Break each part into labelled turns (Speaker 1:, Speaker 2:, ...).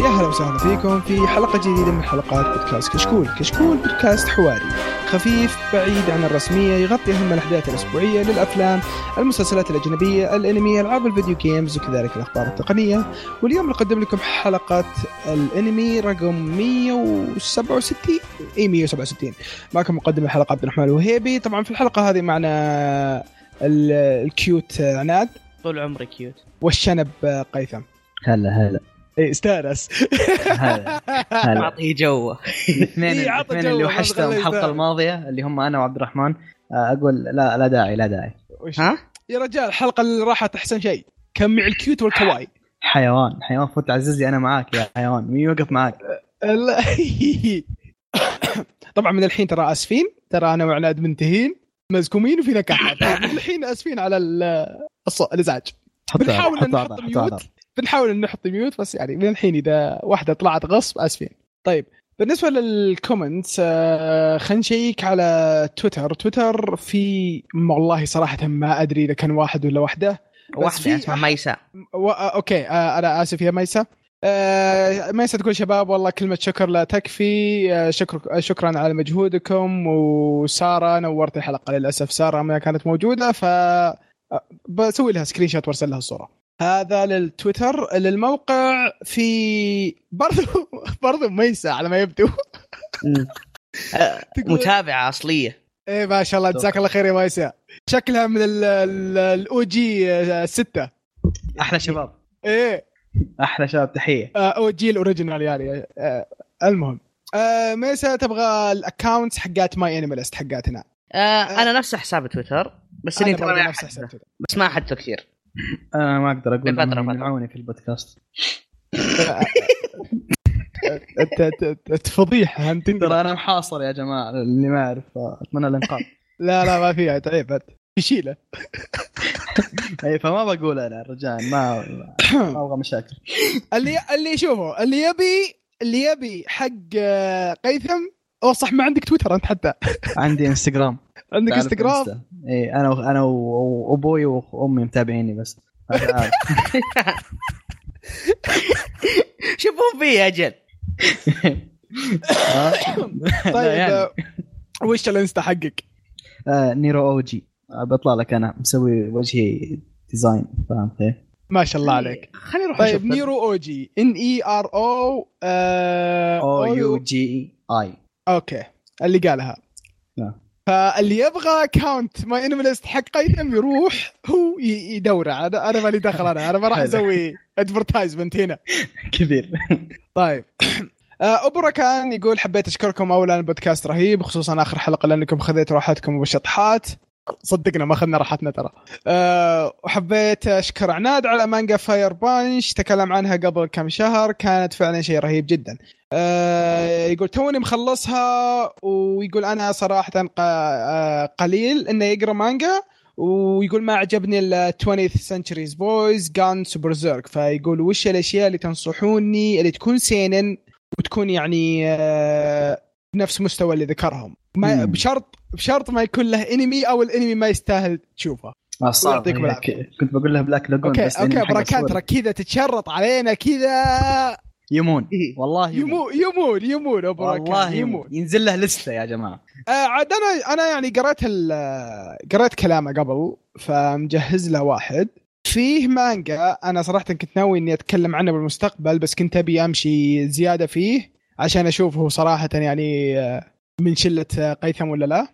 Speaker 1: يا هلا وسهلا فيكم في حلقة جديدة من حلقات بودكاست كشكول، كشكول بودكاست حواري خفيف بعيد عن الرسمية يغطي أهم الأحداث الأسبوعية للأفلام، المسلسلات الأجنبية، الأنمي، ألعاب الفيديو جيمز وكذلك الأخبار التقنية، واليوم نقدم لكم حلقة الأنمي رقم 167 إي 167 معكم مقدم الحلقة عبد الرحمن الوهيبي، طبعا في الحلقة هذه معنا ال- الكيوت عناد
Speaker 2: طول عمري كيوت
Speaker 1: والشنب قيثم.
Speaker 3: هلا هلا
Speaker 1: إيه استانس
Speaker 3: هلا هلا
Speaker 2: اعطيه جوه
Speaker 3: الاثنين
Speaker 1: إيه، عطى
Speaker 3: الاثنين
Speaker 1: جو،
Speaker 3: اللي
Speaker 1: ما
Speaker 3: وحشتهم
Speaker 1: تخليه
Speaker 3: الحلقه
Speaker 1: يساعد.
Speaker 3: الماضيه اللي هم انا وعبد الرحمن آه، اقول لا لا داعي لا داعي
Speaker 1: وش-
Speaker 2: ها؟
Speaker 1: يا رجال الحلقه اللي راحت احسن شيء كمع الكيوت والكواي
Speaker 3: حيوان حيوان فوت عزيزي انا معاك يا حيوان مين وقف معاك
Speaker 1: ال- طبعا من الحين ترى اسفين ترى انا وعناد منتهين مزكومين وفينا كحات من الحين اسفين على ال- الص- الازعاج
Speaker 3: حط عذر،
Speaker 1: بنحاول
Speaker 3: حط
Speaker 1: نحط
Speaker 3: عذر، حط
Speaker 1: ميوت.
Speaker 3: عذر.
Speaker 1: بنحاول ان نحط ميوت بس يعني من الحين اذا واحده طلعت غصب اسفين طيب بالنسبه للكومنتس آه خلينا نشيك على تويتر تويتر في والله صراحه ما ادري اذا كان واحد ولا واحده في
Speaker 2: واحده يعني اسمها
Speaker 1: أحد-
Speaker 2: ميساء
Speaker 1: و... اوكي آه، انا اسف يا ميسة آه، ميسة تقول شباب والله كلمة شكر لا تكفي آه، شكر شكرا على مجهودكم وسارة نورت الحلقة للأسف سارة ما كانت موجودة ف آه، بسوي لها سكرين شوت وارسل لها الصورة هذا للتويتر للموقع في برضو برضو ميسة على ما يبدو تقول
Speaker 2: متابعه اصليه
Speaker 1: ايه ما شاء الله جزاك الله خير يا ميسة شكلها من الاو جي آه، ستة
Speaker 3: احلى شباب
Speaker 1: ايه
Speaker 3: احلى شباب تحيه
Speaker 1: آه، او جيل اوريجينال يعني آه، المهم آه، ميسا تبغى الاكونت حقات ماي انيمالست حقاتنا
Speaker 2: آه انا نفس حساب تويتر بس اني
Speaker 1: أنا برضه
Speaker 2: ترى ما
Speaker 1: نفس
Speaker 2: أحد-
Speaker 1: حسابتي.
Speaker 2: بس ما احدته كثير
Speaker 3: انا ما اقدر اقول
Speaker 2: بفترة،
Speaker 3: لهم
Speaker 2: فترة.
Speaker 3: يمنعوني في البودكاست
Speaker 1: أنت- أنت- أنت- أنت فضيحه انت
Speaker 3: ترى انا محاصر يا جماعه اللي ما يعرف آه، اتمنى الانقاذ
Speaker 1: لا لا ما فيها تعيب أنت. يشيله
Speaker 3: اي فما بقول انا رجاء ما ما ابغى مشاكل
Speaker 1: اللي اللي شوفه اللي يبي اللي يبي حق آه، قيثم او صح ما عندك تويتر انت حتى
Speaker 3: عندي انستغرام
Speaker 1: عندك
Speaker 3: تعرف
Speaker 1: انستغرام
Speaker 3: إنستا. اي انا و- انا و- وابوي وامي متابعيني بس تعال.
Speaker 2: شوفون فيه اجل
Speaker 3: آه. لا
Speaker 1: طيب
Speaker 3: يعني.
Speaker 1: آه، وش الانستا حقك؟
Speaker 3: آه، نيرو او جي آه، بطلع لك انا مسوي وجهي إيه؟ ديزاين فاهم كيف؟
Speaker 1: ما شاء الله عليك
Speaker 2: خلينا نروح
Speaker 1: طيب
Speaker 2: نشوف.
Speaker 1: نيرو او جي ان اي ار او آه،
Speaker 3: او يو جي اي
Speaker 1: اوكي اللي قالها
Speaker 3: نعم.
Speaker 1: فاللي يبغى اكونت ما انيمالست حق قيثم يروح هو ي- يدوره انا انا مالي دخل انا انا ما راح
Speaker 3: حلو.
Speaker 1: اسوي ادفرتايزمنت هنا
Speaker 3: كبير
Speaker 1: طيب آه، اوبرا كان يقول حبيت اشكركم اولا البودكاست رهيب خصوصا اخر حلقه لانكم خذيت راحتكم وبالشطحات صدقنا ما اخذنا راحتنا ترى أه وحبيت اشكر عناد على مانجا فاير بانش تكلم عنها قبل كم شهر كانت فعلا شيء رهيب جدا أه يقول توني مخلصها ويقول انا صراحه ق- آه، قليل انه يقرا مانجا ويقول ما عجبني الا 20th centuries boys guns berserk فيقول وش الاشياء اللي تنصحوني اللي تكون سينن وتكون يعني آه، بنفس مستوى اللي ذكرهم ما
Speaker 3: مم.
Speaker 1: بشرط بشرط ما يكون له انمي او الانمي ما يستاهل تشوفه
Speaker 3: آه، صعب
Speaker 1: يعطيك
Speaker 3: هي.
Speaker 1: بالعافية.
Speaker 3: ك- كنت بقول لها بلاك لاجون
Speaker 1: اوكي
Speaker 3: بس لأني
Speaker 1: اوكي
Speaker 3: محقق
Speaker 1: بركات
Speaker 3: صور.
Speaker 1: ترى كذا تتشرط علينا كذا
Speaker 3: يمون
Speaker 2: إيه.
Speaker 3: والله يمون
Speaker 1: يمون يمون يمون ابو
Speaker 3: والله
Speaker 1: بركات
Speaker 3: يمون
Speaker 1: يمون
Speaker 3: ينزل له لسته يا جماعه
Speaker 1: آه عاد انا انا يعني قريت ال- قريت كلامه قبل فمجهز له واحد فيه مانجا انا صراحه كنت ناوي اني اتكلم عنه بالمستقبل بس كنت ابي امشي زياده فيه عشان اشوفه صراحه يعني آه، من شله آه، قيثم ولا لا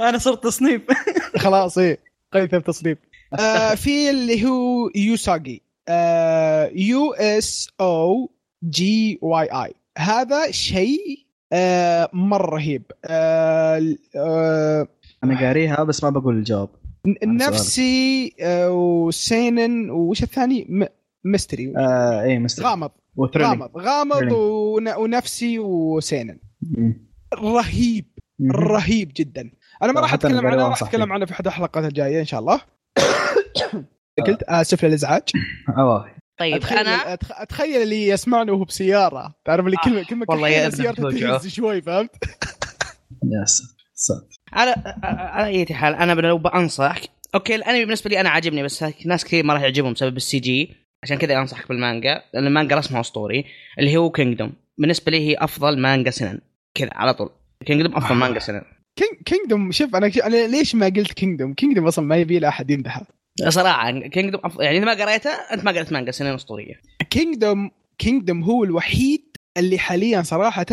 Speaker 3: انا صرت تصنيف
Speaker 1: خلاص ايه قيثم تصريف آه في اللي هو يوساجي آه يو اس او جي واي اي هذا شيء آه مره رهيب آه ال- آه
Speaker 3: انا قاريها بس ما بقول الجواب
Speaker 1: ن-
Speaker 3: عن سؤالك.
Speaker 1: نفسي آه وسينن وش الثاني م- ميستري
Speaker 3: آه اي مستر
Speaker 1: غامض
Speaker 3: وثريلينج
Speaker 1: غامض غامض
Speaker 3: Thrilling.
Speaker 1: ون- ونفسي وسينن
Speaker 3: مم.
Speaker 1: رهيب
Speaker 3: مم.
Speaker 1: رهيب جدا انا ما راح
Speaker 3: صراحة
Speaker 1: اتكلم
Speaker 3: أنا
Speaker 1: عنه
Speaker 3: قريباً
Speaker 1: راح
Speaker 3: صحيح.
Speaker 1: اتكلم عنه في احد الحلقات الجايه ان شاء الله قلت اسف للازعاج
Speaker 3: اوه
Speaker 2: طيب انا
Speaker 1: أتخ- اتخيل اللي يسمعني وهو بسياره تعرف اللي كلمه كلمه
Speaker 2: والله يا
Speaker 1: كلمة
Speaker 2: أذنك
Speaker 1: سيارته
Speaker 2: توجعه.
Speaker 1: تهز شوي فهمت؟
Speaker 3: يس صح.
Speaker 2: على على اي حال انا لو بنصح اوكي الانمي بالنسبه لي انا عاجبني بس ناس كثير ما راح يعجبهم بسبب السي جي عشان كذا انصحك بالمانجا لان المانجا رسمها اسطوري اللي هو كينجدوم بالنسبه لي هي افضل مانجا سنن كذا على طول كينجدوم افضل مانجا سنن
Speaker 1: كينج كينجدوم شوف انا انا ليش ما قلت كينجدوم؟ كينجدوم اصلا ما يبي له احد يمدحه
Speaker 2: صراحه كينجدوم أف... يعني اذا ما قريته انت ما قريت مانجا سنن اسطوريه
Speaker 1: كينجدوم كينجدوم هو الوحيد اللي حاليا صراحه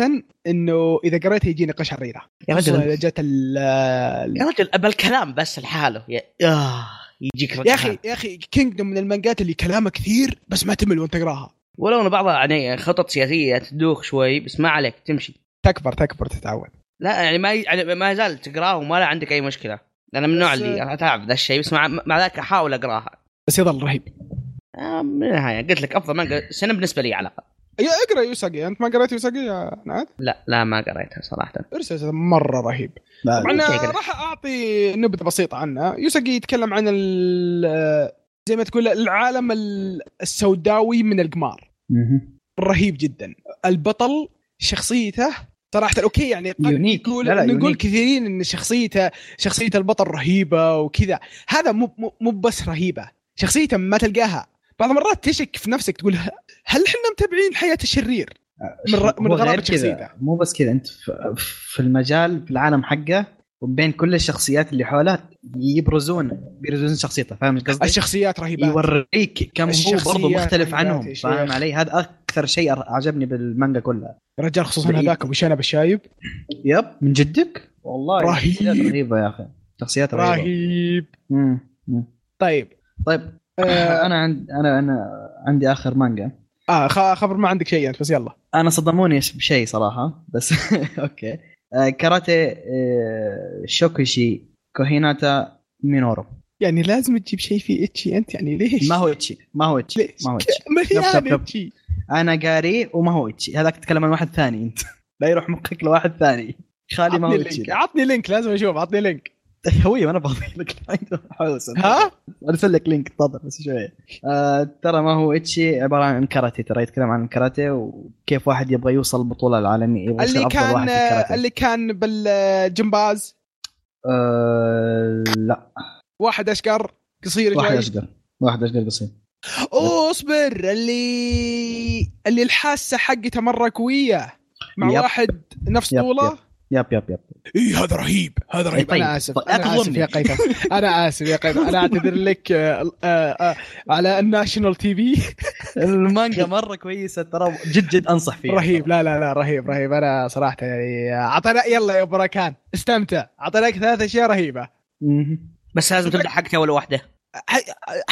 Speaker 1: انه اذا قريته يجيني قشعر ريره
Speaker 2: يا
Speaker 1: خصوصاً
Speaker 2: رجل
Speaker 1: إذا جت ال- ال-
Speaker 2: يا رجل ابى الكلام بس لحاله يا آه يجيك رجل
Speaker 1: يا اخي يا اخي كينجدوم من المانجات اللي كلامها كثير بس ما تمل وانت تقراها
Speaker 2: ولو ان بعضها يعني خطط سياسيه تدوخ شوي بس ما عليك تمشي
Speaker 1: تكبر تكبر تتعود
Speaker 2: لا يعني ما يعني ما زال تقراه وما لا عندك اي مشكله انا من النوع
Speaker 1: بس-
Speaker 2: اللي اتعب ذا الشيء بس مع, مع ذاك احاول اقراها
Speaker 1: بس يظل رهيب
Speaker 2: آه، من النهايه قلت لك افضل مانجا سنه بالنسبه لي على الاقل
Speaker 1: يا اقرا يوساقي انت ما قريت يوساقي يا نعاد
Speaker 2: لا لا ما قريتها صراحه
Speaker 1: ارسل مره رهيب
Speaker 3: لا
Speaker 1: طبعا
Speaker 2: أوكي،
Speaker 1: أنا
Speaker 2: كده.
Speaker 1: راح اعطي نبذه بسيطه عنه يوساقي يتكلم عن ال- زي ما تقول العالم ال- السوداوي من القمار
Speaker 3: مهم.
Speaker 1: رهيب جدا البطل شخصيته صراحه اوكي يعني قد
Speaker 3: يونيك.
Speaker 1: نقول
Speaker 3: لا لا،
Speaker 1: نقول
Speaker 3: يونيك.
Speaker 1: كثيرين ان شخصيته شخصيه البطل رهيبه وكذا هذا مو مو- مو بس رهيبه شخصيته ما تلقاها بعض المرات تشك في نفسك تقول هل احنا متابعين حياه الشرير من ر- من
Speaker 3: هو
Speaker 1: غرابة
Speaker 3: غير كذا،
Speaker 1: شخصيته.
Speaker 3: مو بس كذا انت في- في المجال في العالم حقه وبين كل الشخصيات اللي حوله يبرزون بيرزون شخصيته فاهم قصدي؟
Speaker 1: الشخصيات رهيبه
Speaker 3: أيوة. يوريك كم هو برضه
Speaker 1: الشخصيات
Speaker 3: مختلف
Speaker 1: يا
Speaker 3: عنهم
Speaker 1: شيخ.
Speaker 3: فاهم علي؟ هذا اكثر شيء أر- عجبني بالمانجا كلها
Speaker 1: رجال خصوصا
Speaker 3: رهيب.
Speaker 1: هذاك ابو شنب الشايب
Speaker 3: يب من جدك؟ والله
Speaker 1: رهيب.
Speaker 3: شخصيات رهيبه يا اخي شخصيات رهيبه
Speaker 1: رهيب
Speaker 3: مم. مم.
Speaker 1: طيب
Speaker 3: طيب
Speaker 1: آه,
Speaker 3: انا عند انا انا عندي اخر مانجا
Speaker 1: آه خ- خبر ما عندك شيء انت بس يلا
Speaker 3: انا صدموني بشيء صراحه بس اوكي آه، كاراتيه آه، شوكوشي كوهيناتا مينورو
Speaker 1: يعني لازم تجيب شيء فيه اتشي انت يعني ليش؟
Speaker 3: ما هو اتشي ما هو اتشي
Speaker 1: ليش؟
Speaker 3: ما هو اتشي
Speaker 1: مليان
Speaker 3: طب- طب- طب.
Speaker 1: اتشي
Speaker 3: انا قاري وما هو اتشي هذاك تتكلم عن واحد ثاني انت لا يروح مخك لواحد ثاني خالي ما هو
Speaker 1: عطني
Speaker 3: اتشي
Speaker 1: لينك عطني لينك لازم اشوف عطني لينك
Speaker 3: هوي انا بعطي لك حوس
Speaker 1: ها؟
Speaker 3: ارسل لك لينك تفضل بس شويه آه ترى ما هو اتشي عباره عن كاراتيه ترى يتكلم عن الكاراتيه وكيف واحد يبغى يوصل البطوله العالميه يبغى يصير
Speaker 1: اللي
Speaker 3: افضل واحد
Speaker 1: كان
Speaker 3: في الكاراتيه
Speaker 1: اللي كان بالجمباز
Speaker 3: آه لا
Speaker 1: واحد اشقر قصير
Speaker 3: واحد
Speaker 1: جاي
Speaker 3: اشقر واحد اشقر قصير
Speaker 1: اوه اصبر اللي اللي الحاسه حقته مره قويه مع
Speaker 3: يب.
Speaker 1: واحد نفس
Speaker 3: يب،
Speaker 1: طوله
Speaker 3: يب يب يب
Speaker 1: اي هذا رهيب هذا رهيب
Speaker 3: طيب،
Speaker 1: انا اسف
Speaker 3: طيب، لا
Speaker 1: انا اسف
Speaker 3: تظلمني.
Speaker 1: يا قيثم انا اسف يا قيثم انا اعتذر لك آه، آه، آه، على الناشونال تي في
Speaker 3: المانجا مره كويسه ترى جد جد انصح فيها
Speaker 1: رهيب لا لا لا رهيب رهيب انا صراحه يعني اعطينا يلا يا بركان استمتع اعطيناك ثلاث اشياء رهيبه
Speaker 3: مهم.
Speaker 2: بس لازم تبدا حقتها ولا واحده
Speaker 1: ح-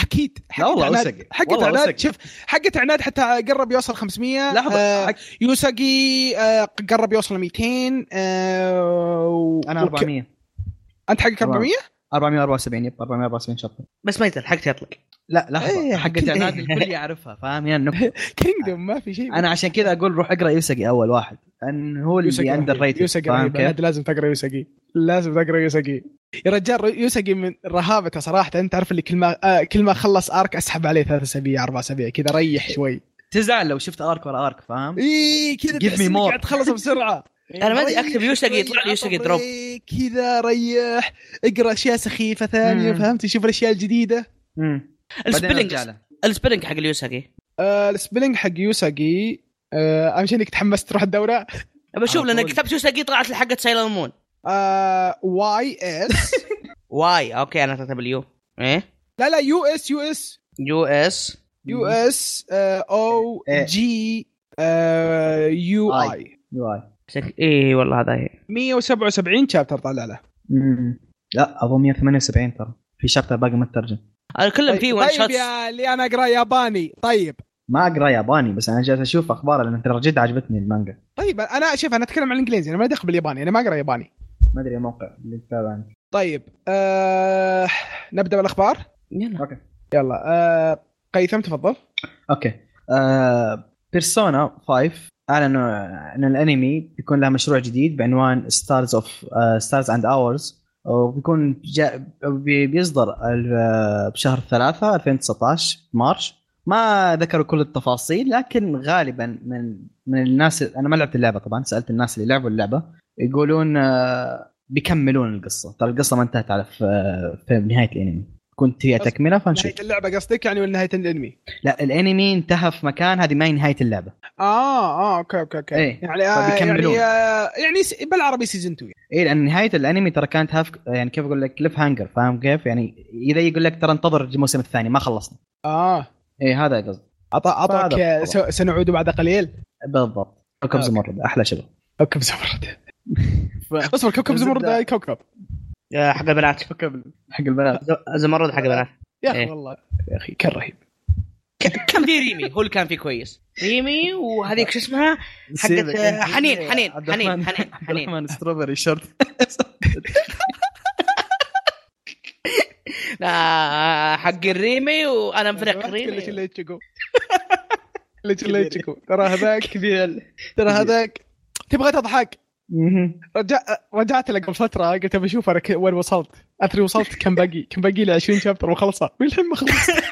Speaker 1: اكيد
Speaker 3: لا والله
Speaker 1: عناد-
Speaker 3: وثق.
Speaker 1: حقة
Speaker 3: والله
Speaker 1: عناد
Speaker 3: وثق.
Speaker 1: شوف حقة عناد حتى قرب يوصل 500
Speaker 3: لحظه
Speaker 1: آه،
Speaker 3: حق-
Speaker 1: يوساقي آه، قرب يوصل 200 آه، و...
Speaker 3: انا
Speaker 1: وك-
Speaker 3: 400
Speaker 1: انت حقك 400
Speaker 3: 474 يب 474 شابتر
Speaker 2: بس ما يصير حقتها يطلق
Speaker 3: لا
Speaker 1: إيه،
Speaker 3: لحظه حقت
Speaker 1: كده.
Speaker 3: اعداد الكل يعرفها فاهم هي النكته
Speaker 1: كينجدوم ما في شيء
Speaker 3: انا عشان كذا اقول روح اقرا يوسقي اول واحد لان هو اللي اندر
Speaker 1: رهيب.
Speaker 3: ريتد
Speaker 1: يوساقي
Speaker 3: فاهم
Speaker 1: رهيب
Speaker 3: كيف؟
Speaker 1: عاد لازم تقرا يوساقي لازم تقرا يوساقي يا رجال يوساقي من رهابته صراحه انت تعرف اللي كل ما آه، كل ما خلص ارك اسحب عليه ثلاث اسابيع اربع اسابيع كذا ريح شوي
Speaker 3: تزعل لو شفت ارك ورا ارك فاهم؟
Speaker 1: إيه. اي كذا
Speaker 3: Give
Speaker 1: تحس
Speaker 3: me
Speaker 1: إنك
Speaker 3: more.
Speaker 1: قاعد تخلصه بسرعه
Speaker 2: أنا ما أدري، أكتب
Speaker 1: ريح
Speaker 2: يوساقي
Speaker 1: شوي،
Speaker 2: يطلع لي يوساقي
Speaker 1: عطى
Speaker 2: دروب.
Speaker 1: بريك، طيب، كذا ريح اقرا اشياء سخيفه ثانيه
Speaker 3: مم.
Speaker 1: فهمت شوف الاشياء الجديده
Speaker 3: امم بعدين
Speaker 2: السبيلنج
Speaker 3: أرجع له.
Speaker 2: السبيلنج حق اليوساقي
Speaker 1: آه السبلنج حق يوساقي آه اهم شيء انك تحمست تروح الدوره
Speaker 2: ابى اشوف
Speaker 3: على
Speaker 2: لان
Speaker 3: طول.
Speaker 2: كتبت يوساقي طلعت لي حقت سايلر مون
Speaker 1: آه واي اس
Speaker 2: واي اوكي انا كتب اليو ايه
Speaker 1: لا لا يو اس يو اس
Speaker 2: يو اس
Speaker 1: يو اس او
Speaker 3: إيه.
Speaker 1: جي آه، يو اي
Speaker 3: يو آي.
Speaker 2: شك- ايه والله هذا هي
Speaker 1: 177 شابتر طلع له
Speaker 3: أمم. لا اظن 178 ترى في شابتر باقي ما ترجم
Speaker 2: أنا كلهم في وان
Speaker 1: طيب
Speaker 2: شوتس
Speaker 1: يا اللي انا اقرا ياباني طيب
Speaker 3: ما اقرا ياباني بس انا جالس اشوف اخباره لان ترى جد عجبتني المانجا
Speaker 1: طيب انا شوف انا اتكلم عن الانجليزي انا ما دخل بالياباني انا ما اقرا ياباني
Speaker 3: ما ادري الموقع اللي تتابع انت
Speaker 1: طيب آه نبدا بالاخبار
Speaker 2: يلا
Speaker 3: اوكي
Speaker 1: يلا آه قيثم تفضل
Speaker 3: اوكي آه، بيرسونا 5 اعلنوا ان الانمي بيكون لها مشروع جديد بعنوان آه، ستارز اوف ستارز اند اورز وبيكون جا بي- بيصدر ال- آه، بشهر ثلاثة 2019 مارش ما ذكروا كل التفاصيل لكن غالبا من من الناس انا ما لعبت اللعبه طبعا سالت الناس اللي لعبوا اللعبه طيب، يقولون آه، بيكملون القصه ترى القصه ما انتهت على في, آه، في نهايه الانمي كنت هي تكمله فنشوف
Speaker 1: نهايه اللعبه قصدك يعني ولا نهايه الانمي؟
Speaker 3: لا الانمي انتهى في مكان هذه ما هي نهايه اللعبه
Speaker 1: اه اه اوكي اوكي اوكي
Speaker 3: إيه،
Speaker 1: يعني آه
Speaker 3: فبيكملون.
Speaker 1: يعني آه يعني س- بالعربي سيزون 2 يعني.
Speaker 3: اي لان نهايه إيه، الانمي ترى كانت هاف يعني كيف اقول لك كليف هانجر فاهم كيف؟ يعني اذا يقول لك ترى انتظر الموسم الثاني ما خلصنا
Speaker 1: اه
Speaker 3: اي هذا قصدي
Speaker 1: عطى عطاك
Speaker 3: فهذا
Speaker 1: آه، س- سنعود بعد قليل
Speaker 3: بالضبط كوكب
Speaker 1: أوكي.
Speaker 3: زمرد احلى شباب
Speaker 1: كوكب زمرد اصبر كوكب زمرد
Speaker 3: زبدة.
Speaker 1: آه، كوكب
Speaker 2: يا حق البنات
Speaker 3: كوكب حق البنات
Speaker 2: ز- زمرد حق البنات
Speaker 1: يا اخي
Speaker 2: إيه.
Speaker 1: والله يا اخي كان رهيب
Speaker 2: ك- كان في ريمي هو اللي كان فيه كويس ريمي وهذيك شو اسمها حقت آه، حنين حنين
Speaker 3: عبد
Speaker 2: حنين
Speaker 3: الرحمن-
Speaker 2: حنين
Speaker 3: عبد
Speaker 2: حنين
Speaker 3: الرحمن ستروبري شورت
Speaker 2: لا آه، حق الريمي وانا مفرق
Speaker 1: كلش اللي
Speaker 2: ريمي
Speaker 1: يتشقوا كلش اللي يتشقوا ترى هذاك ترى هذاك تبغى تضحك رجع رجعت له قبل فتره قلت ابى اشوف انا ك- وين وصلت ادري وصلت كم باقي كم باقي لي 20 شابتر وخلصه والحين ما خلصت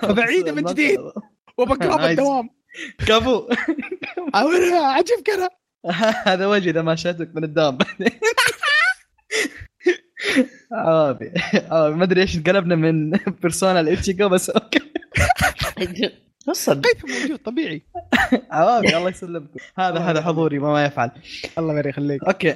Speaker 1: فبعيده من جديد وبقرب
Speaker 3: نايس.
Speaker 1: الدوام
Speaker 3: كفو
Speaker 1: عاونها، عجبك انا
Speaker 3: هذا وجه اذا ما شاتك من الدام عربي عربي آه، ما ادري ايش انقلبنا من بيرسونا لاتشيكو بس اوكي
Speaker 2: الصدق
Speaker 1: قيثم موجود طبيعي
Speaker 3: عربي الله يسلمكم هذا
Speaker 1: الله
Speaker 3: هذا
Speaker 1: يخليك.
Speaker 3: حضوري وما يفعل
Speaker 1: الله ما يخليك
Speaker 3: اوكي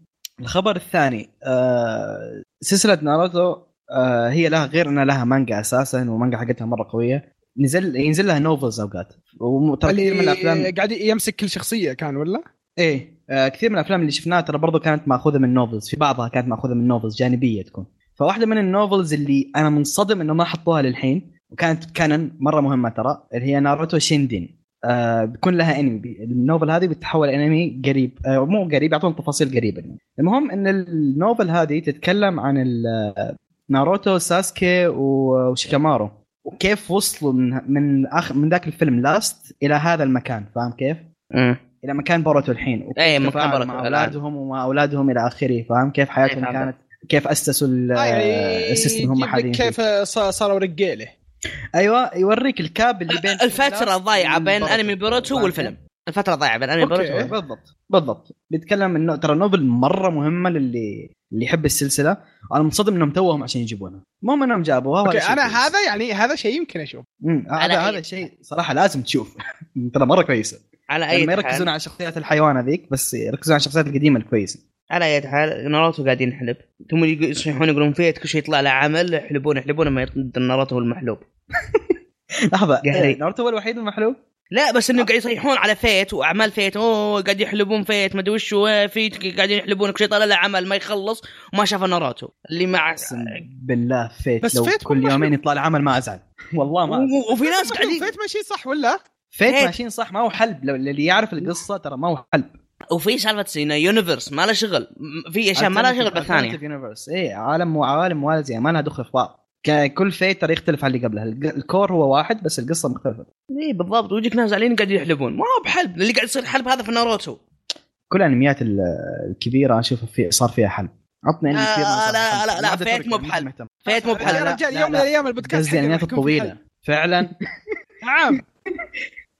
Speaker 3: الخبر الثاني آه، سلسله ناروتو آه، هي لها غير انها لها مانجا اساسا والمانجا حقتها مره قويه نزل ينزل لها نوفلز اوقات وترى كثير من الافلام
Speaker 1: اللي قاعد يمسك كل شخصيه كان ولا؟
Speaker 3: ايه آه كثير من الافلام اللي شفناها ترى برضو كانت ماخوذه من نوفلز في بعضها كانت ماخوذه من نوفلز جانبيه تكون فواحده من النوفلز اللي انا منصدم انه ما حطوها للحين وكانت كانن مره مهمه ترى اللي هي ناروتو شيندين آه بيكون لها انمي بي- النوفل هذه بتتحول انمي قريب آه مو قريب يعطون تفاصيل قريبا يعني. المهم ان النوفل هذه تتكلم عن ال- آه، ناروتو ساسكي و- آه، وشيكامارو وكيف وصلوا من من اخر من ذاك الفيلم لاست الى هذا المكان فاهم كيف؟
Speaker 2: أمم.
Speaker 3: الى مكان بورتو الحين وكيف
Speaker 2: إيه، مكان
Speaker 3: تفاعلوا
Speaker 2: بورتو
Speaker 3: مع
Speaker 2: الآن.
Speaker 3: اولادهم ومع اولادهم الى اخره فاهم كيف
Speaker 2: إيه،
Speaker 3: حياتهم
Speaker 2: فهمت.
Speaker 3: كانت كيف اسسوا ال- آه، السيستم اللي هم حاليا فيه.
Speaker 1: طيب، كيف ص- صاروا رجاله
Speaker 3: ايوه يوريك الكاب اللي بين
Speaker 2: الفتره الضايعه بين
Speaker 3: بورتو.
Speaker 2: انمي بوروتو
Speaker 3: فاهم
Speaker 2: والفيلم الفتره الضايعه بين انمي
Speaker 1: أوكي.
Speaker 2: بوروتو
Speaker 3: كيف؟
Speaker 2: والفيلم.
Speaker 3: بالضبط أيوة. بالضبط بيتكلم انه ترى نوبل مره مهمه للي اللي يحب السلسله انا منصدم انهم توهم عشان يجيبونها المهم انهم جابوها وهذا
Speaker 1: اوكي
Speaker 3: شيء
Speaker 1: انا
Speaker 3: كويس.
Speaker 1: هذا يعني هذا شيء يمكن اشوفه
Speaker 3: أمم، هذا
Speaker 2: أنا-
Speaker 3: هذا شيء صراحه لازم تشوف ترى مره كويسه
Speaker 2: على
Speaker 3: يعني ما
Speaker 2: اي
Speaker 3: يركزون
Speaker 2: حال
Speaker 3: على شخصيات الحيوان هذيك بس يركزون على الشخصيات القديمه الكويسه
Speaker 2: على اي حال ناروتو قاعدين نحلب ثم يقو- يصيحون يقولون فيت كل شيء يطلع له عمل يحلبون يحلبون ما يطلع ناروتو المحلوب
Speaker 3: لحظه
Speaker 2: قهري.
Speaker 3: ناروتو هو الوحيد المحلوب
Speaker 2: لا بس انه قاعد يصيحون على فيت واعمال فيت اوه قاعد يحلبون فيت ما ادري وش هو، آه، فيت قاعدين يحلبون كل شيء طلع له عمل ما يخلص وما شاف ناروتو اللي مع
Speaker 3: اقسم بالله فيت
Speaker 1: بس
Speaker 3: لو
Speaker 1: فيت
Speaker 3: كل
Speaker 1: كل
Speaker 3: يومين يطلع العمل ما ازعل والله ما أزعل.
Speaker 2: و- وفي ناس قاعدين
Speaker 1: فيت ماشي صح ولا؟
Speaker 3: فيت
Speaker 2: فيت.
Speaker 3: ماشيين صح ما هو حلب لو اللي يعرف القصه ترى ما هو حلب
Speaker 2: وفي سالفه انه يونيفرس ما له شغل م- في اشياء ما لها شغل بالثانيه
Speaker 3: يونيفرس اي إيه، عالم وعوالم والزي ما لها دخل في بعض ك- كل فيت ترى يختلف عن اللي قبلها الج- الكور هو واحد بس القصه مختلفه
Speaker 2: اي إيه، بالضبط ويجيك ناس زعلانين قاعد يحلبون ما هو بحلب اللي قاعد يصير حلب هذا في ناروتو
Speaker 3: كل الانميات ال- الكبيره اشوفها في صار فيها حلب عطني انمي
Speaker 2: لا-
Speaker 3: كبير ما صار
Speaker 2: آه، لا-
Speaker 3: حلب.
Speaker 2: لا- لا،
Speaker 3: ما أبدأ
Speaker 2: فيت
Speaker 3: أتركه،
Speaker 2: مو
Speaker 3: ما
Speaker 2: بحلب.
Speaker 3: مهتم.
Speaker 2: فيت مو بحلب
Speaker 1: يا
Speaker 3: لا،
Speaker 1: رجال
Speaker 3: لا،
Speaker 1: يوم من
Speaker 3: لا.
Speaker 1: الايام البودكاست
Speaker 3: قصدي يعني
Speaker 1: حقنا راح يكون فيه
Speaker 3: الانميات الطويله
Speaker 1: حل.
Speaker 3: فعلا
Speaker 1: نعم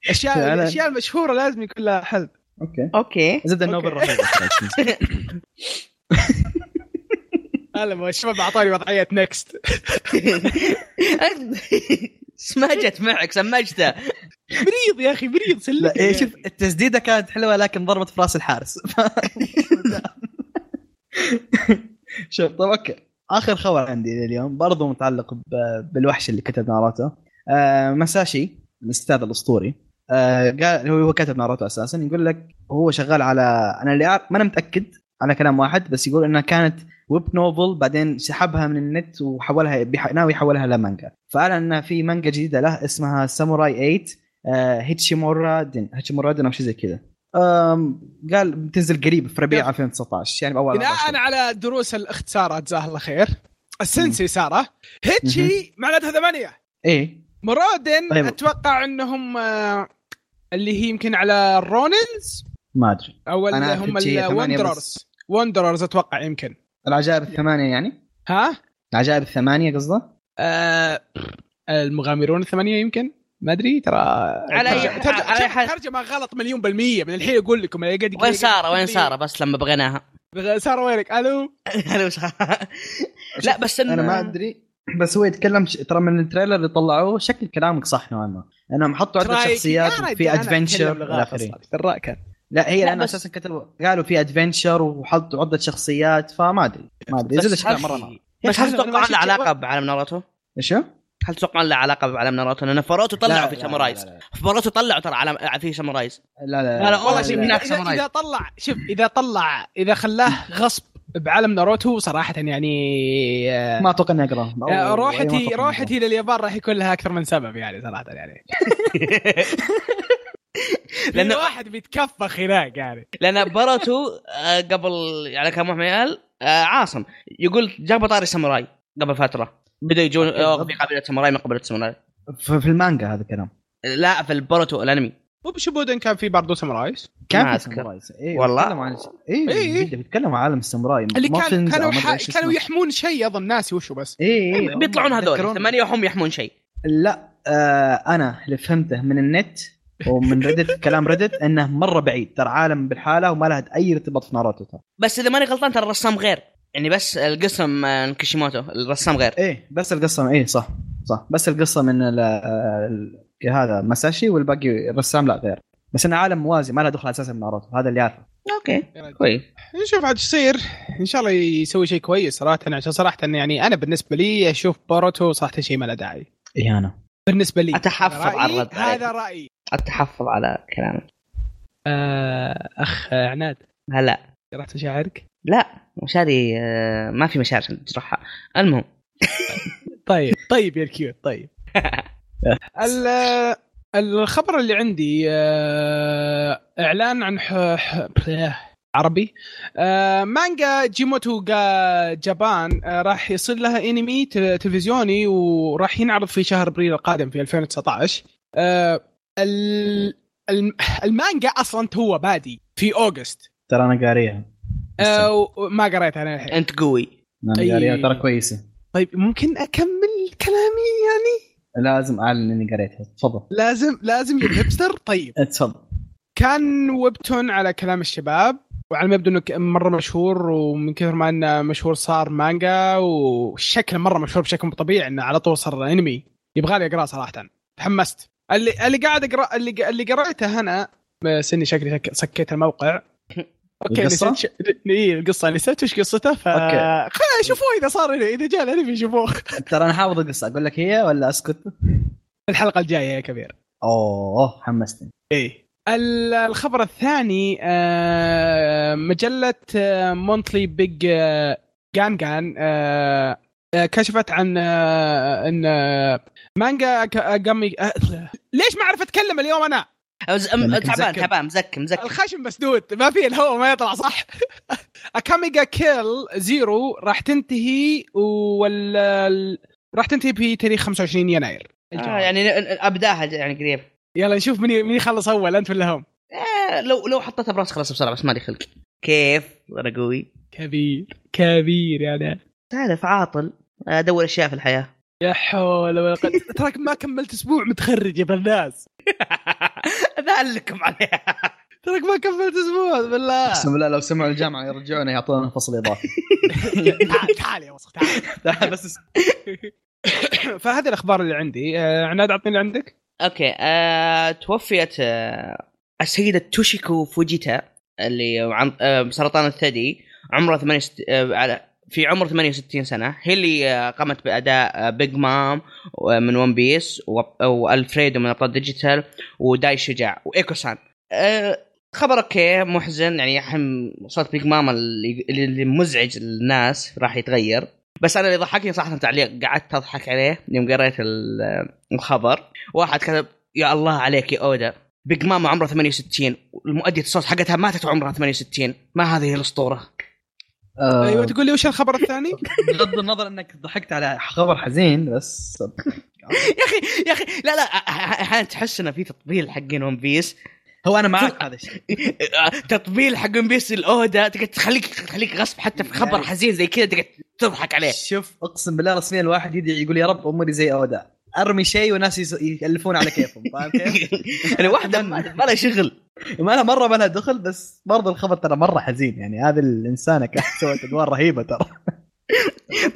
Speaker 1: الاشياء
Speaker 3: فعلاً.
Speaker 1: الاشياء المشهوره لازم يكون لها حل
Speaker 3: اوكي
Speaker 2: اوكي
Speaker 3: زبده
Speaker 1: أوكي.
Speaker 3: النوبل رهيبه
Speaker 1: هلا الشباب اعطاني وضعيه نكست
Speaker 2: سماجت معك سمجته طيب
Speaker 1: مريض يا اخي مريض سلك
Speaker 3: لا إيه شوف التسديده كانت حلوه لكن ضربت في راس الحارس شوف طب اوكي اخر خبر عندي لليوم برضو متعلق ب- بالوحش اللي كتب ناروتو آه مساشي الاستاذ الاسطوري آه قال هو هو كتب ناروتو اساسا يقول لك هو شغال على انا اللي أعرف- ما انا متاكد على كلام واحد بس يقول انها كانت ويب نوفل بعدين سحبها من النت وحولها بيح- ناوي يحولها لمانجا فاعلن انها في مانجا جديده له اسمها ساموراي 8 آه، هيتشيمورا دن هيتشيمورا دن او شيء زي كذا آم، قال بتنزل قريب في ربيع 2019 يعني باول أربع شهور.
Speaker 1: بناء على دروس الاخت ساره جزاها الله خير السنسي ساره هيتشي معناتها ثمانيه
Speaker 3: ايه
Speaker 1: مرادن
Speaker 3: طيب.
Speaker 1: اتوقع انهم آه، اللي هي يمكن على الروننز
Speaker 3: ما ادري
Speaker 1: او اللي
Speaker 3: أنا أعرف
Speaker 1: هم
Speaker 3: هيتشي هي ثمانية
Speaker 1: الوندررز
Speaker 3: بس.
Speaker 1: وندررز اتوقع يمكن
Speaker 3: العجائب الثمانيه يعني
Speaker 1: ها
Speaker 3: العجائب الثمانيه قصده
Speaker 1: آه، المغامرون الثمانيه يمكن ما ادري ترى
Speaker 2: على أي حال- على أي حال.
Speaker 1: ترجمه غلط مليون بالمية من الحين اقول لكم أنا قاعد-
Speaker 2: وين
Speaker 1: قاعد-
Speaker 2: ساره وين
Speaker 1: قاعد-
Speaker 2: ساره بس لما بغيناها
Speaker 1: بغ- ساره وينك الو
Speaker 2: هلا وش- لا بس إن-
Speaker 3: انا ما ادري بس هو يتكلم ش... ترى من التريلر اللي طلعوه شكل كلامك صح نوعا ما انهم حطوا عده
Speaker 1: ترايك.
Speaker 3: شخصيات
Speaker 1: يا رجل،
Speaker 3: في
Speaker 1: أنا
Speaker 3: ادفنشر
Speaker 1: أتكلم
Speaker 3: الى
Speaker 1: لغات
Speaker 3: اخره
Speaker 1: أصلاً. درا كان
Speaker 3: لا هي
Speaker 2: لا،
Speaker 3: لان
Speaker 2: بس-
Speaker 3: اساسا كتبوا قالوا في ادفنشر وحطوا عده شخصيات فما ادري ما ادري
Speaker 2: بس
Speaker 3: زود شكلها
Speaker 2: هل-
Speaker 3: مره ما
Speaker 2: بس هل تتوقع له علاقه بعالم ناروتو؟
Speaker 3: شو؟
Speaker 2: هل تتوقع له علاقه بعالم ناروتو؟ لان فاروتو
Speaker 3: لا،
Speaker 2: طلعوا في
Speaker 3: لا،
Speaker 2: سامورايز
Speaker 3: لا، لا،
Speaker 2: فاروتو طلعوا ترى على في سامورايز
Speaker 3: لا لا
Speaker 2: لا، لا، والله شيء
Speaker 3: لا.
Speaker 2: من هناك
Speaker 1: إذا,
Speaker 2: ساموراي.
Speaker 1: اذا طلع شوف اذا طلع اذا خلاه غصب بعالم ناروتو صراحه يعني آه،
Speaker 3: ما اتوقع اني اقراه أو-
Speaker 1: آه،
Speaker 3: أي ما
Speaker 1: روحتي
Speaker 3: أتوقع إني
Speaker 1: روحتي لليابان راح يكون لها اكثر من سبب يعني صراحه يعني لان
Speaker 2: لأنه-
Speaker 1: واحد بيتكفخ هناك يعني
Speaker 2: لان باروتو آه، قبل على كلام محمد قال آه، عاصم يقول جابوا طاري ساموراي قبل فتره بدا يجون آه، في قبيله ساموراي من قبيله ساموراي
Speaker 3: أقراه. في في المانجا هذا الكلام
Speaker 2: لا في الباروتو الانمي
Speaker 1: مو بشبودن كان في برضه سامورايز
Speaker 2: ما
Speaker 3: كان في
Speaker 2: أذكر.
Speaker 3: سامورايز اي
Speaker 2: والله.
Speaker 3: بيتكلموا عن اي
Speaker 1: إي، إي.
Speaker 3: إيه. بيتكلموا عن عالم الساموراي
Speaker 1: اللي كان
Speaker 3: مافنز أو
Speaker 1: كانوا
Speaker 3: ما أدري
Speaker 1: ح...
Speaker 3: إيش
Speaker 1: كانوا
Speaker 3: اسمه.
Speaker 1: يحمون شيء اظن ناسي وشو بس
Speaker 3: اي
Speaker 1: أيوة،
Speaker 3: اي هم
Speaker 2: بيطلعون هذول
Speaker 3: يتذكرون-
Speaker 2: ثمانيه وهم يحمون شيء
Speaker 3: لا آه انا اللي فهمته من النت ومن ريدت كلام ريدت انه مره بعيد ترى عالم بالحاله وما لها اي ارتباط في ناروتو ترى
Speaker 2: بس اذا ماني غلطان ترى الرسام غير يعني بس القسم آه، كيشيموتو الرسام غير
Speaker 3: ايه بس القصه ايه صح صح بس القصه من ال آه، ال هذا مساشي والباقي الرسام لا غير بس انه عالم موازي ما له دخل اساسا بناروتو هذا اللي اعرفه
Speaker 2: اوكي كويس
Speaker 1: نشوف عاد ايش يصير ان شاء الله يسوي شيء كويس صراحه عشان صراحه يعني انا بالنسبه لي اشوف بوروتو صراحه شيء ما له داعي
Speaker 3: اي انا
Speaker 1: بالنسبه لي
Speaker 2: أتحفظ
Speaker 1: هذا رأيي-
Speaker 2: على الرد عليك.
Speaker 1: هذا رايي
Speaker 2: التحفظ على كلامك
Speaker 1: آه اخ عناد
Speaker 2: هلا
Speaker 1: شرحت مشاعرك
Speaker 2: لا مشاري آه، ما في مشاعر عشان تجرحها المهم
Speaker 1: طيب طيب يا الكيوت طيب ال- الخبر اللي عندي آه، اعلان عن ح- ح- عربي آه، مانجا جيموتو جا جابان آه، راح يصير لها انمي تل- تلفزيوني وراح ينعرض في شهر ابريل القادم في 2019 آه، ال- الم- المانجا اصلا هو بادي في اوغست
Speaker 3: ترى انا قاريها
Speaker 1: آه، وما قريتها انا الحين
Speaker 2: انت قوي
Speaker 3: انا
Speaker 1: أي.
Speaker 3: قاريها ترى كويسه
Speaker 1: طيب ممكن اكمل كلامي يعني
Speaker 3: لازم اعلن اني قريتها تفضل
Speaker 1: لازم لازم يا الهبستر طيب
Speaker 3: تفضل
Speaker 1: كان ويبتون على كلام الشباب وعلى ما يبدو انه ك- مره مشهور ومن كثر ما انه مشهور صار مانجا وشكله مره مشهور بشكل مو طبيعي انه على طول صار انمي يبغى لي اقراه صراحه تحمست اللي اللي قاعد اقرا اللي ق- اللي قريته انا بس اني شكلي سك- سكيت الموقع اوكي
Speaker 3: القصة؟
Speaker 1: نسيت ش... اي القصه نسيت وش قصته ف
Speaker 3: أوكي.
Speaker 1: خلينا شوفوه اذا صار اذا جاء الانمي شوفوه
Speaker 3: ترى انا حافظ القصه اقول لك هي ولا اسكت؟
Speaker 1: الحلقه الجايه يا كبير
Speaker 3: اوه أوه، حمستني
Speaker 1: ايه ال- الخبر الثاني آه، مجلة آه، مونتلي بيج جان جان آه، كشفت عن آه، ان آه، مانجا آه، جامي ليش ما اعرف اتكلم اليوم انا؟
Speaker 2: أز- أم-
Speaker 3: لأنك
Speaker 2: تعبان
Speaker 1: مزكم.
Speaker 2: تعبان مزكم مزكم
Speaker 1: الخشم مسدود ما في الهواء ما يطلع صح اكاميجا كيل زيرو راح تنتهي وال راح تنتهي في تاريخ 25 يناير
Speaker 2: آه يعني ن- ن- ابداها ج- يعني قريب
Speaker 1: يلا نشوف مين مين يخلص اول انت ولا هم؟
Speaker 2: آه لو لو حطيتها براسي خلاص بسرعه بس مالي خلق كيف انا قوي
Speaker 1: كبير كبير يعني
Speaker 2: تعرف عاطل ادور اشياء في الحياه
Speaker 1: يا حول ولا قوة تراك ما كملت اسبوع متخرج يا بناس
Speaker 2: اذلكم عليها
Speaker 1: تراك ما كملت اسبوع بالله
Speaker 3: اقسم بالله لو سمعوا الجامعه يرجعونا يعطونا فصل اضافي
Speaker 1: تعال تعال يا وسخ تعال
Speaker 3: لا، بس
Speaker 1: فهذه الاخبار اللي عندي آه، عناد عطني اللي عندك
Speaker 2: اوكي آه، توفيت آه، السيده توشيكو فوجيتا اللي عن آه، بسرطان الثدي عمرها 68 آه، على في عمر 68 سنه هي اللي آه، قامت باداء آه، بيج مام و- من ون بيس و- والفريدو من ابطال ديجيتال وداي شجاع وايكو سان آه، خبر اوكي محزن يعني حم صوت بيج مام اللي اللي مزعج للناس راح يتغير بس انا اللي ضحكني صراحه تعليق قعدت اضحك عليه يوم قريت ال- الخبر واحد كتب يا الله عليك يا اودا بيج ماما عمرها 68 والمؤدية الصوت حقتها ماتت وعمرها 68 ما هذه الاسطوره
Speaker 3: آه،
Speaker 1: ايوه تقول لي وش الخبر الثاني؟
Speaker 3: بغض النظر انك ضحكت على خبر حزين بس
Speaker 2: يا اخي يا اخي لا لا احيانا تحس انه في تطبيل حقين ون بيس
Speaker 3: هو انا معك هذا الشيء
Speaker 2: تطبيل حق ون بيس الاودا تقعد تخليك تخليك غصب حتى في خبر
Speaker 3: يعني-
Speaker 2: حزين زي كذا تقعد تضحك عليه
Speaker 3: شوف اقسم بالله رسميا الواحد يدعي يقول يا رب اموري زي اودا ارمي شيء وناس يس- يالفون على كيفهم فاهم كيف؟
Speaker 2: يعني واحده يعني ما ما لها شغل
Speaker 3: ما انا مره ما لها دخل بس برضه الخبر ترى مره حزين يعني هذه الانسانه كانت سوت ادوار رهيبه ترى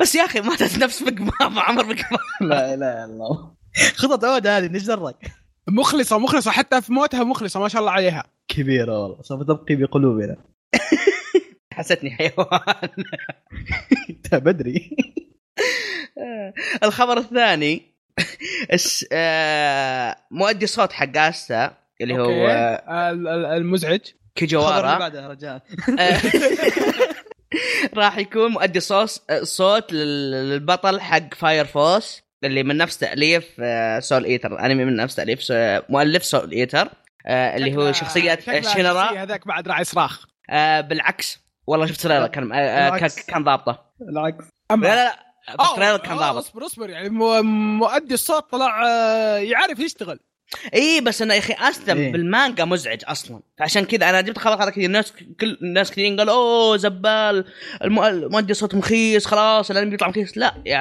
Speaker 2: بس يا اخي ماتت نفس بقمام عمر بقمام
Speaker 3: لا اله الا الله خطط عود هذه ايش درك؟
Speaker 1: مخلصه مخلصه حتى في موتها مخلصه ما شاء الله عليها
Speaker 3: كبيره والله سوف تبقي بقلوبنا
Speaker 2: حستني حيوان
Speaker 3: انت بدري
Speaker 2: الخبر الثاني الس- آه، مؤدي صوت حق استا اللي
Speaker 1: أوكي.
Speaker 2: هو
Speaker 1: ال- ال- المزعج
Speaker 3: الخبر اللي
Speaker 2: كيجوارا
Speaker 3: بعده رجاء
Speaker 2: آه، راح يكون مؤدي صوص صوت لل- للبطل حق فاير فوس اللي من نفس تاليف آه، سول ايتر انمي من نفس تاليف س- مؤلف سول ايتر آه، اللي هو
Speaker 1: شكلها-
Speaker 2: شخصية
Speaker 1: شكلها
Speaker 2: شينرا
Speaker 1: الشخصية هذاك بعد راعي صراخ
Speaker 2: آه بالعكس والله شفت تريلر كان آه، آه كان-
Speaker 3: بالعكس.
Speaker 2: كان ضابطه
Speaker 3: العكس
Speaker 2: لا
Speaker 1: اما
Speaker 2: لا لا بس
Speaker 1: أوه،
Speaker 2: التريلر كان
Speaker 1: أوه،
Speaker 2: ضابط
Speaker 1: اصبر اصبر يعني مو- مؤدي الصوت طلع آه، يعرف يشتغل
Speaker 2: اي بس انا يا اخي استم
Speaker 3: إيه.
Speaker 2: بالمانجا مزعج اصلا فعشان كذا انا جبت خبر هذا كثير الناس كل الناس كثيرين قالوا اوه زبال المؤ- المؤدي صوت مخيس خلاص الانمي بيطلع مخيس لا يا-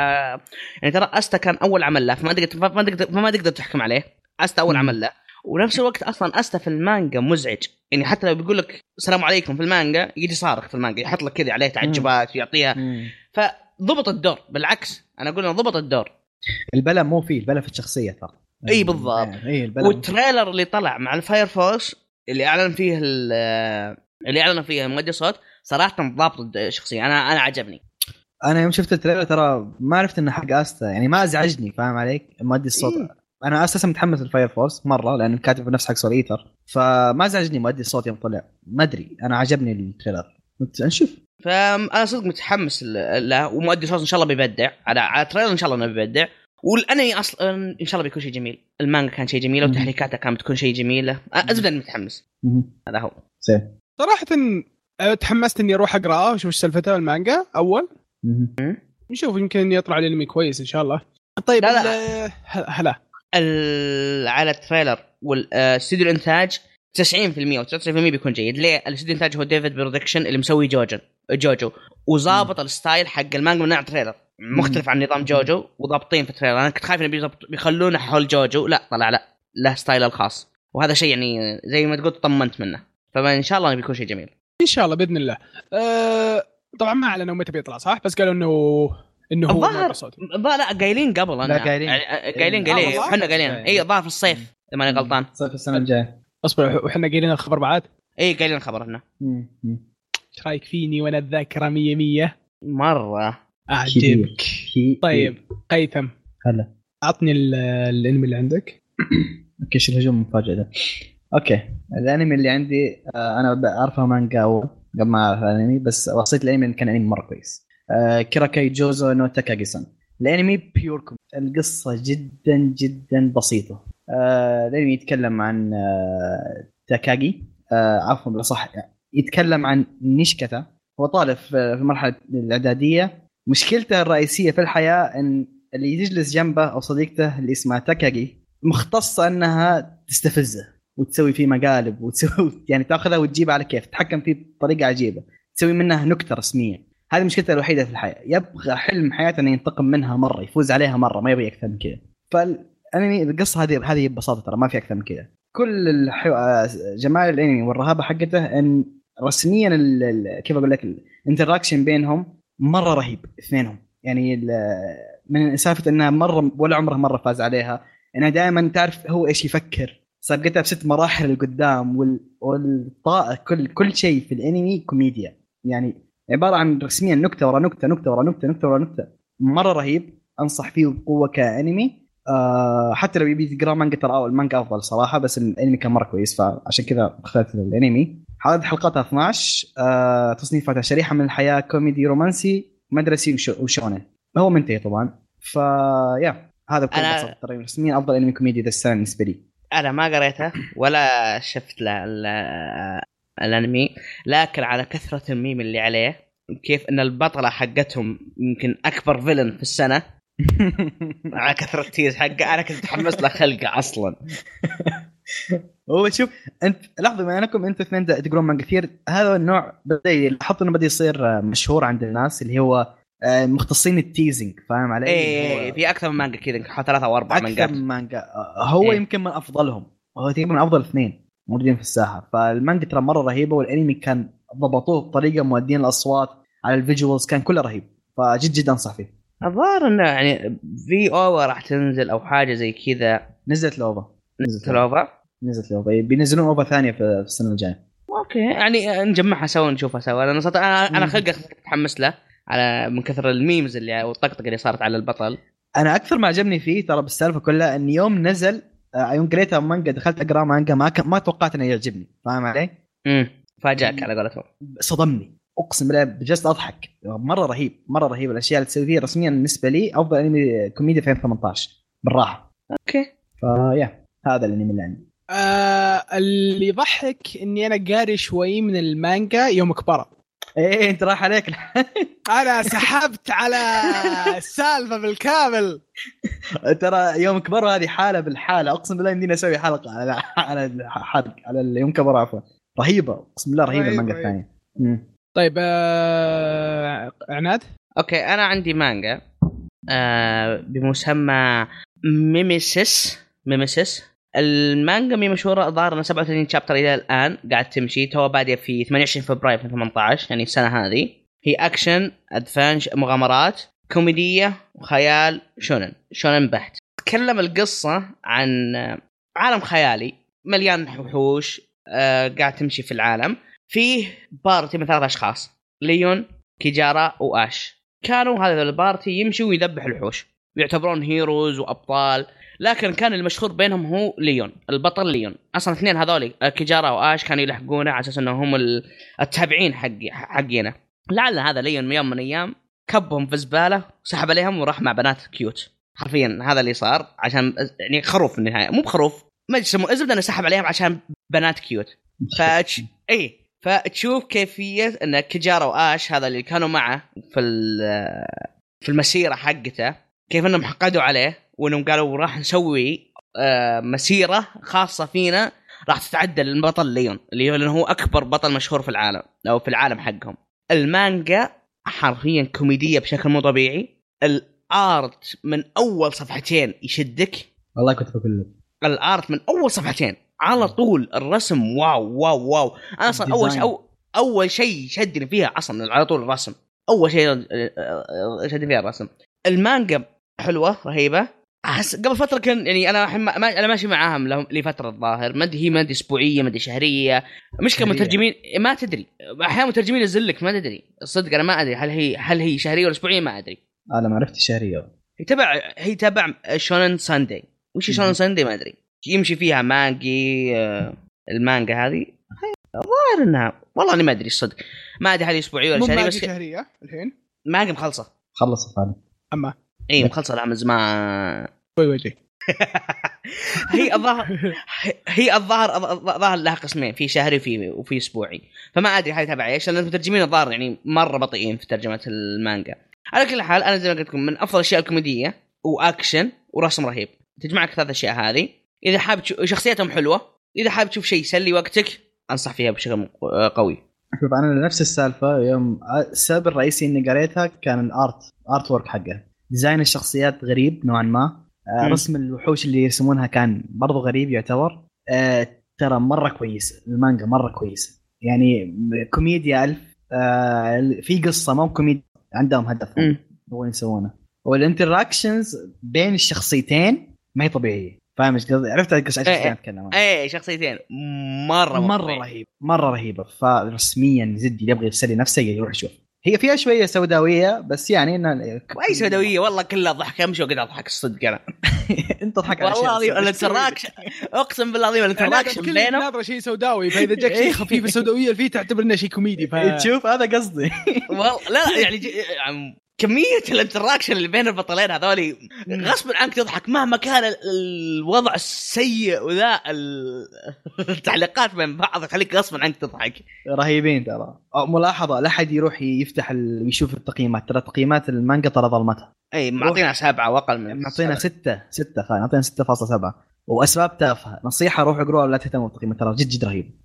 Speaker 2: يعني ترى استا كان اول عمل له فما تقدر فما تقدر فما تقدر تحكم عليه استا اول
Speaker 3: مم.
Speaker 2: عمل له ونفس الوقت اصلا استا في المانجا مزعج يعني حتى لو بيقول لك السلام عليكم في المانجا يجي صارخ في المانجا يحط لك كذا عليه تعجبات ويعطيها ضبط الدور بالعكس انا اقول انه ضبط الدور
Speaker 3: البلا مو فيه البلا في الشخصيه ترى
Speaker 2: إي بالضبط.
Speaker 3: اي البلا مو فيه.
Speaker 2: والتريلر اللي طلع مع الفاير فورس اللي اعلن فيه ال- اللي اعلن فيه مؤدي صوت صراحه ضابط الشخصيه انا انا عجبني
Speaker 3: انا يوم شفت التريلر ترى ما عرفت انه حق استا يعني ما ازعجني فاهم عليك مؤدي الصوت
Speaker 2: إيه.
Speaker 3: انا اساسا متحمس للفاير فورس مره لانه كاتب نفس حق سول ايتر فما ازعجني مؤدي الصوت يوم طلع ما ادري انا عجبني التريلر مت- نشوف
Speaker 2: فانا صدق متحمس ل- له ومؤدي صوت ان شاء الله بيبدع على على التريلر ان شاء الله انه بيبدع والانمي اصلا ان شاء الله بيكون شيء جميل المانجا كان شيء جميله
Speaker 3: مم.
Speaker 2: وتحريكاتها كانت بتكون شيء جميله ازبدا متحمس هذا هو
Speaker 3: زين
Speaker 1: صراحه آه، تحمست اني اروح اقراه واشوف إيش سالفته المانجا اول
Speaker 3: مهم.
Speaker 1: نشوف يمكن يطلع لي انمي كويس ان شاء الله طيب
Speaker 2: لا،
Speaker 1: ال- هلا هلا.
Speaker 2: ال- على التريلر آه، والاستديو الانتاج 90% و 99% بيكون جيد ليه؟ الاستديو الانتاج هو ديفيد برودكشن اللي مسوي جوجن جوجو وظابط الستايل حق المانجا من نوع تريلر مختلف عن نظام جوجو وضابطين في التريلر انا كنت خايف انه بيزبط- بيخلونه حول جوجو لا طلع لا له ستايل الخاص وهذا شيء يعني زي ما تقول طمنت منه فان شاء الله بيكون شيء جميل
Speaker 1: ان شاء الله باذن الله أه طبعا ما اعلنوا متى بيطلع صح بس قالوا انه انه هو
Speaker 2: الظاهر-
Speaker 1: مؤدي صوت.
Speaker 2: لا لا قايلين قبل انا
Speaker 3: لا، قايلين. إيه.
Speaker 2: قايلين قايلين
Speaker 1: آه،
Speaker 2: قايلين
Speaker 1: والله؟
Speaker 2: احنا قايلين اي الظاهر في الصيف اذا ماني غلطان
Speaker 3: صيف السنه الجايه
Speaker 1: اصبر وحنا قايلين الخبر بعد
Speaker 2: اي إيه، قايلين الخبر احنا
Speaker 3: مهم.
Speaker 1: ايش رايك فيني وانا الذاكره 100 100
Speaker 2: مره
Speaker 1: اعجبك
Speaker 3: كي-
Speaker 1: طيب قيثم
Speaker 3: هلا.
Speaker 1: عطني ال- الانمي اللي عندك
Speaker 3: اوكي شو الهجوم المفاجئ ده اوكي الانمي اللي عندي آه، انا ب- اعرفها مانجا او قبل ما اعرف الانمي بس وصيت الانمي إنه كان انمي مره كويس آه، كيراكاي جوزو نو تاكاغي سان الانمي بيور كوم القصه جدا جدا بسيطه آه، الانمي يتكلم عن آه، تاكاغي آه، عفوا بالاصح يتكلم عن نيشكتا هو طالب في في المرحله الاعداديه مشكلته الرئيسيه في الحياه ان اللي يجلس جنبه او صديقته اللي اسمها تاكاغي مختصه انها تستفزه وتسوي فيه مقالب وتسوي يعني تاخذها وتجيبها على كيف تتحكم فيه بطريقه عجيبه تسوي منها نكته رسميه هذه مشكلته الوحيده في الحياه يبغى حلم حياته انه ينتقم منها مره يفوز عليها مره ما يبغى اكثر من كذا فالانمي القصه هذه هذه ببساطه ترى ما في اكثر من كذا كل الحو... آه، جمال الانمي والرهابه حقته ان رسميا ال... ال- كيف اقول لك الانتراكشن بينهم مره رهيب اثنينهم يعني ال- من سالفه انها مره ولا عمره مره فاز عليها انها دائما تعرف هو ايش يفكر سابقتها بست مراحل لقدام وال... والطائر كل كل شيء في الانمي كوميديا يعني عباره عن رسميا نكته ورا نكته نكته ورا نكته نكته ورا نكته مره رهيب انصح فيه بقوه كانمي آه حتى لو يبي تقرا مانجا ترى أو المانجا افضل صراحه بس الانمي كان مره كويس فعشان كذا اخترت الانمي عدد حلقاتها 12 آه تصنيفاتها شريحه من الحياه كوميدي رومانسي مدرسي وشو- وشونن هو منتهي طبعا فيا هذا بكل
Speaker 2: أنا-
Speaker 3: بساطه ترى رسميا افضل انمي كوميدي ذا السنه بالنسبه لي
Speaker 2: انا ما قريته ولا شفت له ال- الانمي لكن على كثره الميم اللي عليه كيف ان البطله حقتهم يمكن اكبر فيلن في السنه على كثره التيز حقه انا كنت متحمس له خلقه اصلا
Speaker 3: هو شوف انت لحظه بما انكم انتم اثنين دا- تقرون مانجا كثير هذا النوع بدا لاحظت انه بدا يصير آه، مشهور عند الناس اللي هو آه، مختصين التيزنج فاهم علي؟
Speaker 2: ايه
Speaker 3: هو
Speaker 2: في اكثر من مانجا كذا يمكن حوالي ثلاثة او اربع
Speaker 3: اكثر
Speaker 2: مانجات
Speaker 3: من مانجا آه، هو
Speaker 2: إيه.
Speaker 3: يمكن من افضلهم هو تقريبا من افضل اثنين موجودين في الساحه فالمانجا ترى مره رهيبه والانمي كان ضبطوه بطريقه مودين الاصوات على الفيجوالز كان كله رهيب فجد جد انصح فيه
Speaker 2: الظاهر انه يعني في اوفا راح تنزل او حاجه زي كذا
Speaker 3: نزلت لوفا
Speaker 2: نزلت الاوفا
Speaker 3: نزلت لوفا بينزلون اوفا ثانيه في في السنه الجايه
Speaker 2: اوكي يعني نجمعها سوا نشوفها سوا لان صرت انا انا
Speaker 3: مم.
Speaker 2: خلقي متحمس له على من كثر الميمز اللي والطقطقه اللي صارت على البطل
Speaker 3: انا اكثر ما عجبني فيه ترى بالسالفه كلها ان يوم نزل آه، يوم قريتها مانجا دخلت اقرا مانجا ما ك... ما توقعت انه يعجبني فاهم علي؟
Speaker 2: امم فاجاك
Speaker 3: مم.
Speaker 2: على قولتهم
Speaker 3: صدمني اقسم بالله جلست اضحك مره رهيب مره رهيب الاشياء اللي تسوي فيها رسميا بالنسبه لي افضل انمي كوميديا في 2018 بالراحه
Speaker 2: اوكي
Speaker 3: فيا هذا الانمي اللي عندي
Speaker 1: آه اللي يضحك اني انا قاري شوي من المانجا يوم كبرت
Speaker 2: إيه،
Speaker 3: ايه انت راح عليك
Speaker 1: انا سحبت على السالفه بالكامل
Speaker 3: ترى يوم كبروا هذه حاله بالحاله اقسم بالله يمديني اسوي حلقه على على الحلقه على يوم كبروا عفوا رهيبه اقسم بالله رهيبه
Speaker 1: رهيب،
Speaker 3: المانجا
Speaker 1: رهيب.
Speaker 3: الثانيه مم.
Speaker 1: طيب آه عناد
Speaker 2: اوكي انا عندي مانجا آه بمسمى ميميسيس ميميسيس المانجا مي مشهوره الظاهر انها 37 شابتر الى الان قاعد تمشي تو باديه في 28 فبراير 2018 يعني السنه هذه هي اكشن ادفانش مغامرات كوميديه وخيال شونن شونن بحت تتكلم القصه عن آه، عالم خيالي مليان وحوش آه قاعد تمشي في العالم فيه بارتي من ثلاث اشخاص ليون كيجارا واش كانوا هذا البارتي يمشوا ويذبحوا الوحوش يعتبرون هيروز وابطال لكن كان المشهور بينهم هو ليون البطل ليون اصلا اثنين هذول آه، كيجارا واش كانوا يلحقونه على اساس انهم هم ال- التابعين حق حقينا لعل هذا ليون يوم من الايام كبهم في زباله وسحب عليهم وراح مع بنات كيوت حرفيا هذا اللي صار عشان يعني خروف في النهايه مو بخروف ما يسموه الزبده انه سحب عليهم عشان بنات كيوت فتش... اي فتشوف كيفيه ان كيجارا واش هذا اللي كانوا معه في ال- في المسيره حقته كيف انهم حقدوا عليه وانهم قالوا راح نسوي آه، مسيره خاصه فينا راح تتعدل البطل ليون اللي هو لانه هو اكبر بطل مشهور في العالم او في العالم حقهم المانجا حرفيا كوميديه بشكل مو طبيعي الارت من اول صفحتين يشدك
Speaker 3: والله كنت بقول لك
Speaker 2: الارت من اول صفحتين على طول الرسم واو واو واو انا اصلا اول شيء
Speaker 3: الديزاين.
Speaker 2: أو اول شيء شدني فيها اصلا على طول الرسم اول شيء آه، آه، شدني فيها الرسم المانجا حلوه رهيبه احس قبل فتره كان يعني انا الحين ما ما- انا ماشي معاهم لهم لفتره الظاهر ما ادري هي ما ادري اسبوعيه ما ادري شهريه مشكله
Speaker 3: شهرية.
Speaker 2: مترجمين ما تدري احيانا مترجمين يزلك ما تدري صدق انا ما ادري هل هي هل هي شهريه ولا اسبوعيه ما ادري
Speaker 3: انا ما عرفت الشهريه
Speaker 2: هي تبع هي تبع شونن ساندي وش شونن
Speaker 3: مم.
Speaker 2: ساندي ما ادري يمشي فيها مانجي آه، المانجا هذه الظاهر انها والله انا ما ادري الصدق ما ادري هذه اسبوعيه ولا
Speaker 1: مو
Speaker 2: شهريه
Speaker 1: ماجي
Speaker 2: بس
Speaker 1: شهريه الحين
Speaker 2: مانجا إيه، مخلصه
Speaker 3: خلصت انا
Speaker 2: اي مخلصه لها من زمان
Speaker 1: شوي وجهي
Speaker 2: هي الظاهر هي الظاهر الظاهر لها قسمين في شهري وفي وفي اسبوعي فما ادري هاي تبع ايش لان المترجمين الظاهر يعني مره بطيئين في ترجمه المانجا على كل حال انا زي ما قلت لكم من افضل الاشياء الكوميديه واكشن ورسم رهيب تجمعك ثلاث اشياء هذه اذا حاب تشو- شخصيتهم حلوه اذا حاب تشوف شيء يسلي وقتك انصح فيها بشكل آه، قوي
Speaker 3: شوف انا نفس السالفه يوم السبب الرئيسي اني قريتها كان الارت ارت ورك حقها ديزاين الشخصيات غريب نوعا ما آه،
Speaker 2: مم.
Speaker 3: رسم الوحوش اللي يرسمونها كان برضو غريب يعتبر آه، ترى مره كويس المانجا مره كويسه يعني كوميديا الف آه، في قصه مو كوميديا عندهم هدف هو يسوونه والانتراكشنز بين الشخصيتين ما هي طبيعيه فاهم ايش قصدي؟ عرفت ايش قصدي
Speaker 2: إيه.
Speaker 3: أنا اتكلم عنها.
Speaker 2: اي شخصيتين مره
Speaker 3: مره
Speaker 2: طبيعي.
Speaker 3: رهيبه مره رهيبه فرسميا زد اللي يبغى يسلي نفسه يروح يشوف هي فيها شويه سوداويه بس يعني انها
Speaker 2: واي سوداويه والله كلها ضحك امشي وقعد اضحك الصدق انا
Speaker 3: انت تضحك على
Speaker 2: والله العظيم
Speaker 3: أشياء بس-
Speaker 2: الانتراكشن اقسم بالله العظيم الانتراكشن
Speaker 1: كل
Speaker 2: بينهم
Speaker 1: ناظره شيء سوداوي فاذا جاك شيء خفيف سوداويه فيه تعتبر انه شيء كوميدي ف
Speaker 3: تشوف هذا قصدي
Speaker 2: والله لا يعني ج... عم- كمية الانتراكشن اللي بين البطلين هذول غصب عنك تضحك مهما كان ال- الوضع السيء وذا ال- التعليقات بين بعض يخليك غصب عنك تضحك
Speaker 3: رهيبين ترى أو ملاحظه لا احد يروح يفتح ال... يشوف التقييمات ترى تقييمات المانجا ترى ظلمتها
Speaker 2: اي معطينا سبعة واقل من
Speaker 3: معطينا 6 6 خلينا معطينا 6.7 واسباب تافهه نصيحه روحوا اقروها ولا تهتموا بالتقييمات ترى جد جد رهيب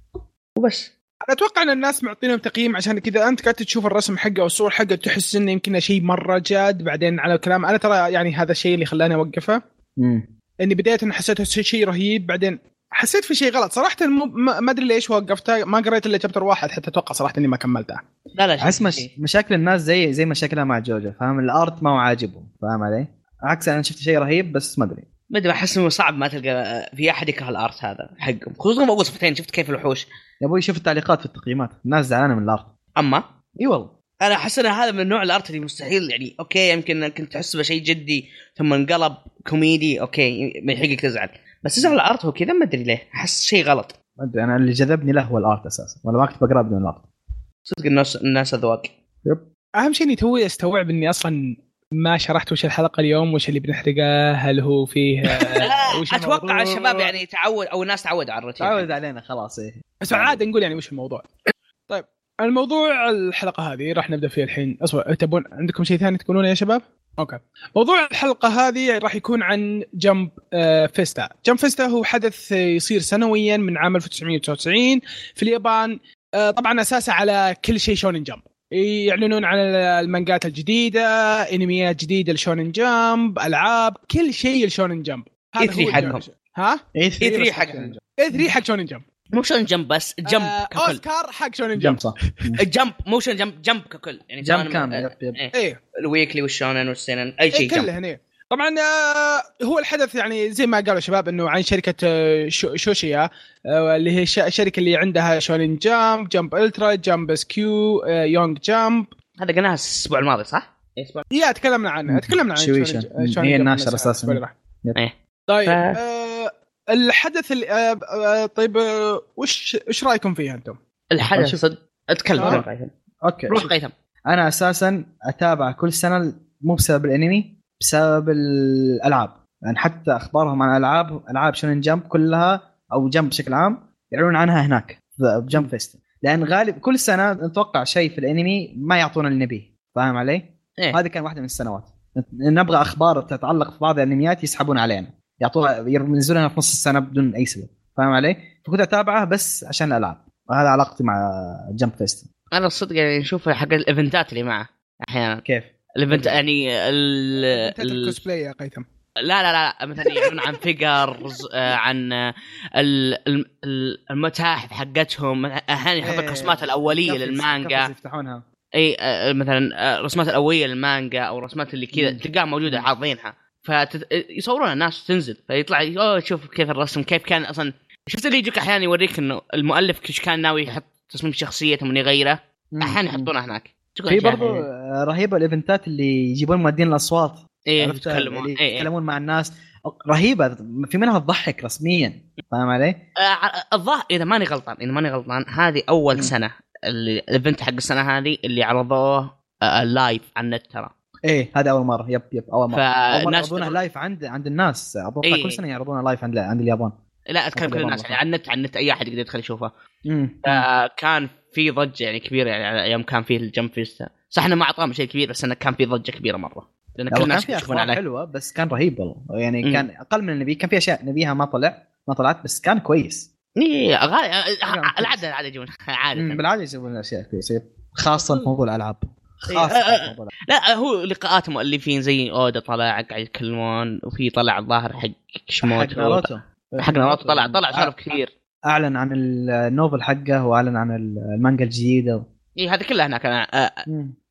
Speaker 2: وبس
Speaker 1: انا اتوقع ان الناس معطينهم تقييم عشان كذا انت قاعد تشوف الرسم حقه والصور حقه تحس انه يمكن شيء مره جاد بعدين على الكلام انا ترى يعني هذا الشيء اللي خلاني اوقفه
Speaker 3: امم
Speaker 1: اني بدايه حسيته شيء رهيب بعدين حسيت في شيء غلط صراحه مو- ما ما ادري ليش وقفتها ما قريت الا شابتر واحد حتى اتوقع صراحه اني ما كملتها
Speaker 2: لا لا
Speaker 3: احس
Speaker 2: شيء.
Speaker 3: مش... مشاكل الناس زي زي مشاكلها مع جوجو فاهم الارت ما هو عاجبهم فاهم علي؟ عكس انا شفت شيء رهيب بس ما ادري
Speaker 2: ما ادري احس انه صعب ما تلقى آه، في احد يكره الارت هذا حقهم خصوصا في اول صفحتين شفت كيف الوحوش
Speaker 3: يا ابوي شوف التعليقات في التقييمات الناس زعلانه من الارت
Speaker 2: اما
Speaker 3: اي والله
Speaker 2: انا احس ان هذا من نوع الارت اللي مستحيل يعني اوكي يمكن كنت تحسبه شيء جدي ثم انقلب كوميدي اوكي من حقك تزعل بس تزعل الارت هو كذا ما ادري ليه احس شيء غلط
Speaker 3: ما ادري انا اللي جذبني له هو الارت اساسا ولا ما كنت بقرا بدون الارت
Speaker 2: صدق الناس الناس اذواق
Speaker 1: اهم شيء اني توي استوعب اني اصلا ما شرحت وش الحلقه اليوم وش اللي بنحرقه هل هو فيه
Speaker 2: لا،
Speaker 1: وش
Speaker 2: اتوقع
Speaker 1: الموضوع؟
Speaker 2: الشباب يعني تعود او الناس تعودوا على الروتين
Speaker 3: تعود علينا خلاص ايه
Speaker 1: بس عادة نقول يعني وش الموضوع طيب الموضوع الحلقة هذه راح نبدأ فيها الحين أصبر تبون عندكم شيء ثاني تقولونه يا شباب؟ أوكي موضوع الحلقة هذه راح يكون عن جمب آه، فيستا جمب فيستا هو حدث آه، يصير سنويا من عام 1999 في اليابان آه، طبعا أساسه على كل شيء شونن جمب يعلنون عن المانجات الجديدة انميات جديدة لشونن جمب العاب كل شيء لشونن جمب
Speaker 2: E3 حقهم.
Speaker 1: ها؟
Speaker 3: اي
Speaker 2: اي
Speaker 3: 3
Speaker 2: 3 حق
Speaker 1: اي 3 حق شونن جمب
Speaker 2: موشن جمب بس جمب
Speaker 1: آه،
Speaker 2: ككل
Speaker 1: اوسكار حق شونن جمب
Speaker 3: جمب صح
Speaker 2: الجمب موشن جمب جمب ككل يعني
Speaker 3: جمب
Speaker 2: سواء-
Speaker 3: كامل،
Speaker 2: آه،
Speaker 3: يب، يب.
Speaker 2: إيه،
Speaker 1: ايه
Speaker 2: الويكلي والشونن والسينن اي
Speaker 1: إيه
Speaker 2: شيء
Speaker 1: كله
Speaker 2: جمب
Speaker 1: هنا طبعا آه، هو الحدث يعني زي ما قالوا الشباب انه عن شركه آه، شو- شوشيا آه، اللي هي الش- الشركه اللي عندها شونين جامب جامب الترا جامب سكيو آه، يونج جامب
Speaker 2: هذا قلناها الاسبوع الماضي صح؟ الاسبوع
Speaker 1: يا تكلمنا عنه تكلمنا عن
Speaker 3: شويشة.
Speaker 1: شونين ج-
Speaker 3: هي
Speaker 1: شونين جامب
Speaker 3: الناشرة
Speaker 1: الأسبوع
Speaker 3: أساساً.
Speaker 1: اللي راح.
Speaker 3: يب.
Speaker 2: إيه.
Speaker 1: طيب
Speaker 2: ف-
Speaker 1: آه، الحدث اللي- آه، آه، طيب آه، وش وش رايكم فيه انتم؟
Speaker 2: الحدث
Speaker 3: شوف.
Speaker 2: صدق اتكلم
Speaker 1: آه.
Speaker 2: روح قيثم
Speaker 3: اوكي
Speaker 2: روح قيثم
Speaker 3: انا اساسا اتابع كل سنه مو بسبب الانمي بسبب الالعاب يعني حتى اخبارهم عن العاب العاب شونن جمب كلها او جمب بشكل عام يعلنون عنها هناك جمب فيست لان غالب كل سنه نتوقع شيء في الانمي ما يعطونا اللي نبيه فاهم علي؟
Speaker 2: إيه.
Speaker 3: هذه كان واحده من السنوات نبغى اخبار تتعلق في بعض الانميات يسحبون علينا يعطوها ينزلونها في نص السنه بدون اي سبب فاهم علي؟ فكنت اتابعه بس عشان الالعاب وهذا علاقتي مع جمب فيست
Speaker 2: انا الصدق يعني نشوف حق الايفنتات اللي معه احيانا
Speaker 3: كيف؟
Speaker 2: الايفنت
Speaker 3: إيه.
Speaker 2: يعني ال...
Speaker 1: انت
Speaker 2: ال...
Speaker 1: الكوسبلاي يا قيثم
Speaker 2: لا لا لا مثلا يعلنون عن فيجرز عن آه، ال- ال- ال- المتاحف حقتهم احيانا يحط لك
Speaker 3: إيه.
Speaker 2: رسمات الاوليه
Speaker 3: كفز- كفز
Speaker 2: للمانجا
Speaker 3: يفتحونها
Speaker 2: اي آه، مثلا آه، الرسمات الاوليه للمانجا او الرسمات اللي كذا
Speaker 3: مم.
Speaker 2: تلقاها موجوده
Speaker 3: مم.
Speaker 2: حاطينها فيصورونها آه، الناس تنزل فيطلع اوه شوف كيف الرسم كيف كان اصلا شفت اللي يجيك احيانا يوريك انه المؤلف ايش كان ناوي يحط تصميم شخصيه ثم يغيره احيانا يحطونه هناك تكون
Speaker 3: في
Speaker 2: أشياء
Speaker 3: برضو
Speaker 2: حلوة.
Speaker 3: آه، رهيبه الايفنتات اللي يجيبون مؤدين الاصوات
Speaker 2: ايه
Speaker 3: عرفت؟
Speaker 2: يتكلمون
Speaker 3: اللي
Speaker 2: ايه إيه.
Speaker 3: يتكلمون مع الناس رهيبه في منها تضحك رسميا فاهم علي؟
Speaker 2: آه، الظاهر اذا ماني غلطان اذا ماني غلطان هذه اول
Speaker 3: مم.
Speaker 2: سنه اللي الايفنت حق السنه هذه اللي عرضوه آه، لايف على النت ترى
Speaker 3: ايه هذا اول مره يب يب اول مره اول مره
Speaker 2: فالناس
Speaker 3: يعرضونها لايف عند عند الناس اتوقع
Speaker 2: إيه.
Speaker 3: كل سنه يعرضونها لايف عند عند اليابان
Speaker 2: لا اتكلم كل
Speaker 3: أول
Speaker 2: الناس
Speaker 3: مرة.
Speaker 2: يعني على النت على النت اي احد يقدر يدخل يشوفه
Speaker 3: امم
Speaker 2: كان في ضجه يعني كبيره يعني على ايام كان فيه الجمب فيستا صح انه ما اعطاهم شيء كبير بس انه كان في ضجه كبيره مره لان كل
Speaker 3: كان
Speaker 2: الناس
Speaker 3: فيها
Speaker 2: يشوفون
Speaker 3: اخبار
Speaker 2: عليه
Speaker 3: حلوه بس كان رهيب والله يعني
Speaker 2: مم.
Speaker 3: كان اقل من النبي كان في اشياء نبيها ما طلع ما طلعت بس كان كويس
Speaker 2: إيه، غالي- آه،
Speaker 3: كان
Speaker 2: آه،
Speaker 3: كويس.
Speaker 2: العاده العاده يجون
Speaker 3: مم،
Speaker 2: عاده
Speaker 3: بالعاده يسوون اشياء كويسه خاصه في موضوع الالعاب خاصه
Speaker 2: إيه.
Speaker 3: في موضوع
Speaker 2: لا هو لقاءات مؤلفين زي اودا طلع قاعد يتكلمون وفي طلع الظاهر حق
Speaker 3: الألعاب.
Speaker 2: كشموتو حق ناروتو
Speaker 3: آه.
Speaker 2: طلع طلع سولف كثير
Speaker 3: اعلن عن النوفل حقه واعلن عن المانجا الجديده
Speaker 2: اي إيه، هذه كلها هناك أنا آه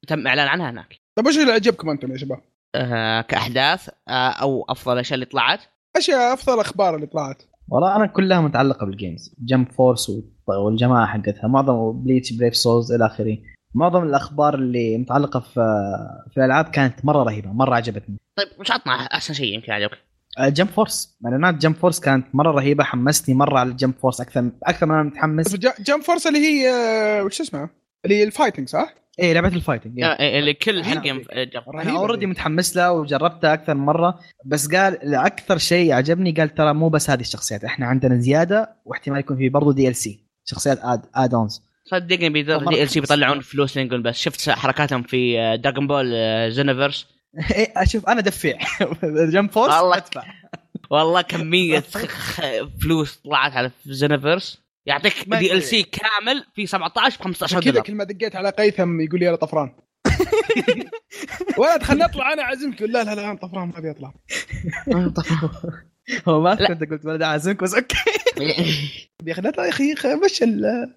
Speaker 2: تم اعلان عنها هناك
Speaker 1: طيب وش اللي عجبكم انتم يا شباب؟
Speaker 2: آه كاحداث آه او افضل الاشياء اللي طلعت
Speaker 1: اشياء افضل اخبار اللي طلعت
Speaker 3: والله انا كلها متعلقه بالجيمز جمب فورس والجماعه حقتها معظم بليتش بريف سولز الى اخره معظم الاخبار اللي متعلقه في في الالعاب كانت مره رهيبه مره عجبتني أه،
Speaker 2: طيب وش عطنا احسن شيء يمكن عجبك؟
Speaker 3: جمب فورس اعلانات جمب فورس كانت مره رهيبه حمستني مره على جمب فورس اكثر اكثر من انا متحمس
Speaker 1: جام فورس اللي هي آه، وش اسمها؟ اللي هي الفايتنج صح؟
Speaker 3: ايه لعبه الفايتنج
Speaker 2: آه، إيه، اللي كل
Speaker 3: أنا
Speaker 2: حقهم
Speaker 3: أعطيك.
Speaker 2: آه، جاب.
Speaker 1: رهيبة
Speaker 3: انا اوريدي
Speaker 1: ذي.
Speaker 3: متحمس له وجربتها اكثر من مره بس قال اكثر شيء عجبني قال ترى مو بس هذه الشخصيات احنا عندنا زياده واحتمال يكون في برضه دي ال سي شخصيات اد اد اونز
Speaker 2: صدقني بيدر
Speaker 3: مرة
Speaker 2: دي ال سي
Speaker 3: متحمس.
Speaker 2: بيطلعون فلوس ينقل بس شفت حركاتهم في آه، دراغون بول آه، زينيفرس
Speaker 3: اشوف انا إيه، دفيع جمب فورس
Speaker 2: والله.
Speaker 3: ادفع
Speaker 2: والله كميه خ- فلوس طلعت على زينيفرس يعطيك
Speaker 3: ما
Speaker 2: دي ال سي
Speaker 3: يصير.
Speaker 2: كامل في 17 ب 15
Speaker 1: كذا
Speaker 2: دولار
Speaker 1: كل ما دقيت على قيثم يقول لي يلا طفران ولد خلنا نطلع انا عزمك لا لا لا أنا طفران ما ابي اطلع
Speaker 3: هو ما
Speaker 2: لا.
Speaker 3: آه، كنت قلت ولد اعزمك بس اوكي
Speaker 1: يا اخي لا لا يا اخي خ- مش ال-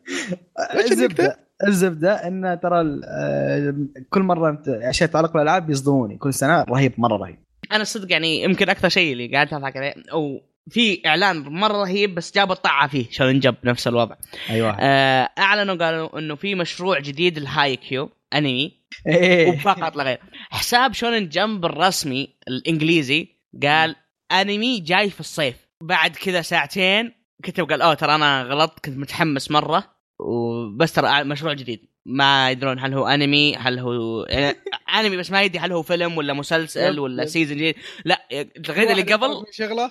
Speaker 1: مش
Speaker 3: الزبده الزبده ان ترى ال- آه، كل مره أنت- عشان يتعلق بالالعاب يصدموني كل سنه رهيب مره رهيب
Speaker 2: انا صدق يعني يمكن اكثر شيء اللي قاعد اضحك عليه او في اعلان مره رهيب بس جاب الطاعه فيه شلون جاب نفس الوضع
Speaker 3: ايوه
Speaker 2: آه، اعلنوا قالوا انه في مشروع جديد الهاي كيو انمي
Speaker 3: ايه
Speaker 2: وفقط لا غير حساب شونن جمب الرسمي الانجليزي قال انمي جاي في الصيف بعد كذا ساعتين كتب قال اوه ترى انا غلطت كنت متحمس مره وبس ترى مشروع جديد ما يدرون هل هو انمي هل هو يعني انمي بس ما يدري هل هو فيلم ولا مسلسل ولا سيزون جديد لا الغير اللي قبل
Speaker 1: شغله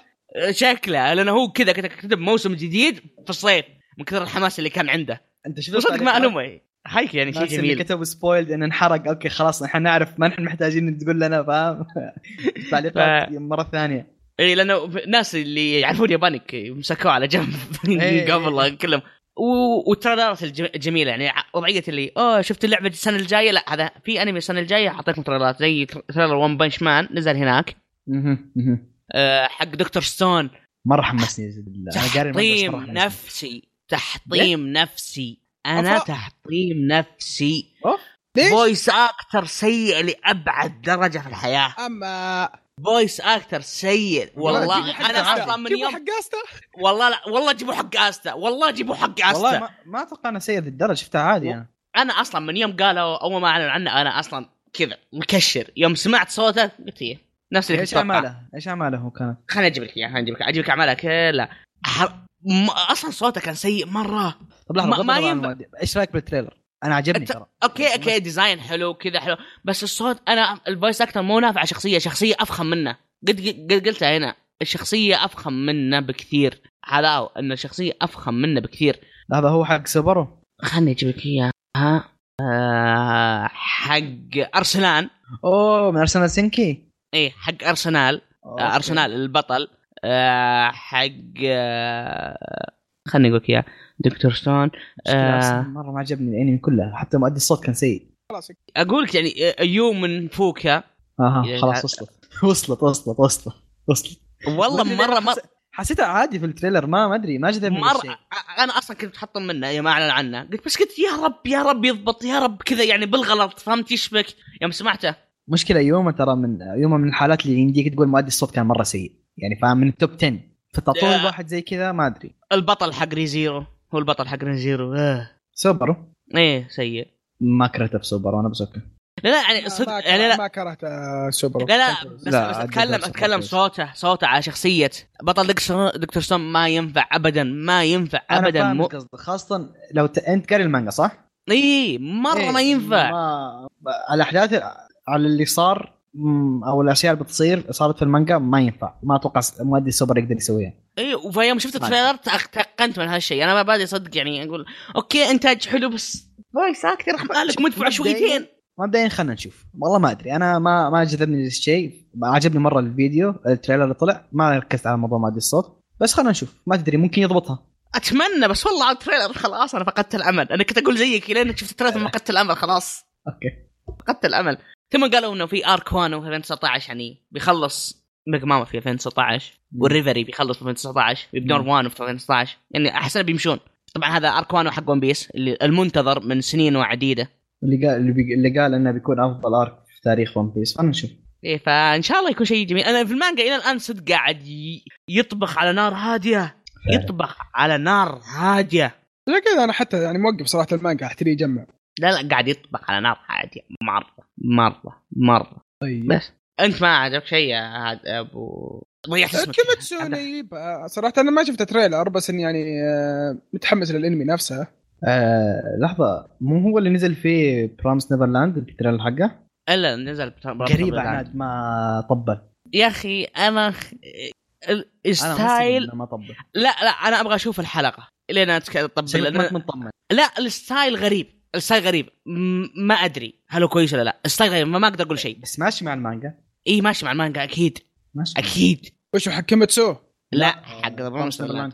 Speaker 2: شكله لانه هو كذا كتب- كتب موسم جديد في الصيف من كثر الحماس اللي كان عنده
Speaker 3: انت شفت
Speaker 2: وصدق ما
Speaker 3: التعليقات؟
Speaker 2: الومه حيك يعني شيء
Speaker 3: الناس اللي
Speaker 2: جميل
Speaker 3: كتبوا سبويلد انه انحرق اوكي خلاص نحن نعرف ما نحن محتاجين تقول لنا فاهم تعليقات مره ثانيه
Speaker 2: اي لانه إيه، الناس اللي يعرفون ياباني مسكوه على جنب
Speaker 3: إي.
Speaker 2: قبل كلهم و- وترى دارت الج- جميله يعني ع- وضعيه اللي اوه شفت اللعبه السنه الجايه لا هذا في انمي السنه الجايه حطيتكم تريلرات زي تر- تريلر ون بنش مان نزل هناك
Speaker 3: مهم، مهم.
Speaker 2: آه، حق دكتور ستون
Speaker 3: مره حمسني جد الله. انا قاري المانجا إيه؟ بس مرة
Speaker 2: تحطيم
Speaker 3: حمسني.
Speaker 2: نفسي تحطيم نفسي انا
Speaker 1: أفا.
Speaker 2: تحطيم نفسي
Speaker 1: ليش؟
Speaker 2: فويس اكتر سيء لابعد درجه في الحياه
Speaker 1: اما
Speaker 2: فويس اكتر سيء
Speaker 1: جيبوا
Speaker 2: والله
Speaker 1: حق
Speaker 2: انا
Speaker 1: آستا.
Speaker 2: اصلا من
Speaker 1: جيبوا
Speaker 2: يوم
Speaker 1: حق استا
Speaker 2: والله لا والله جيبوا حق استا والله جيبوا حق استا
Speaker 3: والله ما- ما اتوقع انا سيء ذي الدرجه شفتها عادي يعني. انا
Speaker 2: انا اصلا من يوم قالوا اول ما اعلنوا عنه انا اصلا كذا مكشر يوم سمعت صوته قلت ايه نفس اللي كنت
Speaker 3: ايش
Speaker 2: اتوقع
Speaker 3: اعماله؟ ايش اعماله هو كانت؟
Speaker 2: خليني اجيب لك اياه خليني اجيب لك اجيب لك اعمالها كلها حر... م... اصلا صوته كان سيء مره
Speaker 3: طب
Speaker 2: ما-
Speaker 3: لحظه بالضبط
Speaker 2: ما
Speaker 3: عن
Speaker 2: ينفع-
Speaker 3: المواضيع. ايش رايك بالتريلر؟ انا عجبني ترى
Speaker 2: اوكي اوكي ديزاين حلو كذا حلو بس الصوت انا الفويس اكتر مو نافع شخصيه شخصيه افخم منه قد قد قلتها هنا الشخصيه افخم منه بكثير حلاوه ان الشخصيه افخم منه بكثير
Speaker 3: هذا هو حق سوبرو
Speaker 2: خلني اجيب لك اياها آه، حق ارسنال
Speaker 3: اوه من ارسنال سنكي
Speaker 2: اي حق ارسنال
Speaker 3: أوكي.
Speaker 2: آه، ارسنال البطل آه، حق آه، خلني اقول لك اياه دكتور ستون
Speaker 3: شكل
Speaker 2: آه.
Speaker 3: أرسنال مره ما عجبني الانمي كله حتى مؤدي الصوت كان سيء
Speaker 1: خلاص
Speaker 2: اقول لك يعني آه، يو من فوكا
Speaker 3: اها
Speaker 2: يعني
Speaker 3: آه، خلاص
Speaker 2: ع-
Speaker 3: وصلت وصلت وصلت وصلت وصلت
Speaker 2: والله
Speaker 3: مدري ليه أنا
Speaker 2: مره مره
Speaker 3: حس- حسيتها عادي في التريلر ما ما ادري ما جذبني
Speaker 2: مرة انا اصلا كنت حطم منه يوم اعلن عنه قلت بس قلت يا رب يا رب يضبط يا رب كذا يعني بالغلط فهمت يشبك يوم سمعته
Speaker 3: مشكله يوما ترى من يوما من الحالات اللي يمديك تقول مؤدي الصوت كان مره سيء يعني فاهم من التوب 10 فتعطوه
Speaker 2: لا.
Speaker 3: واحد زي كذا ما ادري
Speaker 2: البطل حق ريزيرو هو البطل حق ريزيرو آه.
Speaker 3: سوبرو
Speaker 2: ايه سيء
Speaker 3: ما كرهته بسوبرو انا بس اوكي
Speaker 2: لا لا يعني
Speaker 1: ما,
Speaker 2: صدق يعني
Speaker 1: يعني
Speaker 2: لا
Speaker 1: ما كرهت آه، سوبر
Speaker 2: لا لا بس,
Speaker 3: لا،
Speaker 2: بس
Speaker 3: عدل
Speaker 2: اتكلم
Speaker 3: نفسه
Speaker 2: اتكلم
Speaker 3: خلاص.
Speaker 2: صوته صوته على شخصيه بطل دكتور دكتور سون ما ينفع ابدا ما ينفع ابدا
Speaker 3: انا
Speaker 2: مو...
Speaker 3: مو... قصدك خاصه لو ت... انت قاري المانجا صح؟
Speaker 2: اي مره
Speaker 3: إيه،
Speaker 2: ما ينفع
Speaker 3: ما... على الاحداث على اللي صار مم، او الاشياء اللي بتصير صارت في المانجا ما ينفع ما اتوقع س- مؤدي سوبر يقدر يسويها
Speaker 2: اي وفيوم شفت
Speaker 3: ما
Speaker 2: التريلر تأخ- تيقنت من هالشيء انا ما بادي اصدق يعني اقول اوكي انتاج حلو بس فويس اكتر رحم بالك مدفوع شويتين
Speaker 3: مبدئيا خلينا نشوف والله ما ادري انا ما ما جذبني الشيء عجبني مره الفيديو التريلر اللي طلع ما ركزت على موضوع مادي الصوت بس خلينا نشوف ما تدري ممكن يضبطها
Speaker 2: اتمنى بس والله على التريلر خلاص انا فقدت الامل انا كنت اقول زيك لين شفت التريلر ما فقدت الامل خلاص
Speaker 3: اوكي
Speaker 2: فقدت الامل ثم قالوا انه في ارك 1 و 2019 يعني بيخلص ميج ماما في 2019 والريفري بيخلص في 2019 وبنور
Speaker 3: مم.
Speaker 2: 1 في 2019 يعني احسن بيمشون طبعا هذا ارك 1 حق ون بيس اللي المنتظر من سنين وعديده
Speaker 3: اللي قال اللي, بي... اللي قال انه بيكون افضل ارك في تاريخ ون بيس خلينا نشوف
Speaker 2: إيه فان شاء الله يكون شيء جميل انا في المانجا الى الان صدق قاعد ي- يطبخ على نار هاديه
Speaker 3: فعلا.
Speaker 2: يطبخ على نار هاديه
Speaker 1: لا كذا انا حتى يعني موقف صراحه المانجا احتري يجمع
Speaker 2: لا لا قاعد يطبخ على نار هاديه مره مره مره
Speaker 1: طيب
Speaker 2: بس انت ما عجبك شيء يا هاد ابو ضيعت
Speaker 1: أه،
Speaker 2: اسمك
Speaker 1: كيميتسوني بقى- صراحه انا ما شفت تريلر بس اني يعني آه، متحمس للانمي نفسه
Speaker 3: آه لحظه مو هو اللي نزل فيه برامس نيفرلاند التريلر حقه
Speaker 2: الا نزل بتر-
Speaker 3: قريب
Speaker 2: بتر-
Speaker 3: عناد ما طبل
Speaker 2: يا اخي انا خ- ال-
Speaker 3: انا
Speaker 2: الستايل
Speaker 3: مصدوم إنه ما طبل
Speaker 2: لا لا انا ابغى اشوف الحلقه لين أتك- طب
Speaker 3: شكلك ما أنت
Speaker 2: لأن-
Speaker 3: مطمن
Speaker 2: لا الستايل غريب الستايل غريب م- ما ادري هل هو كويس ولا لا الستايل غريب ما ما اقدر اقول شيء
Speaker 3: بس ماشي مع المانجا
Speaker 2: اي ماشي مع المانجا اكيد
Speaker 3: ماشي
Speaker 2: اكيد
Speaker 1: وش حق كيميتسو
Speaker 2: لا حق برامس
Speaker 3: نيفرلاند.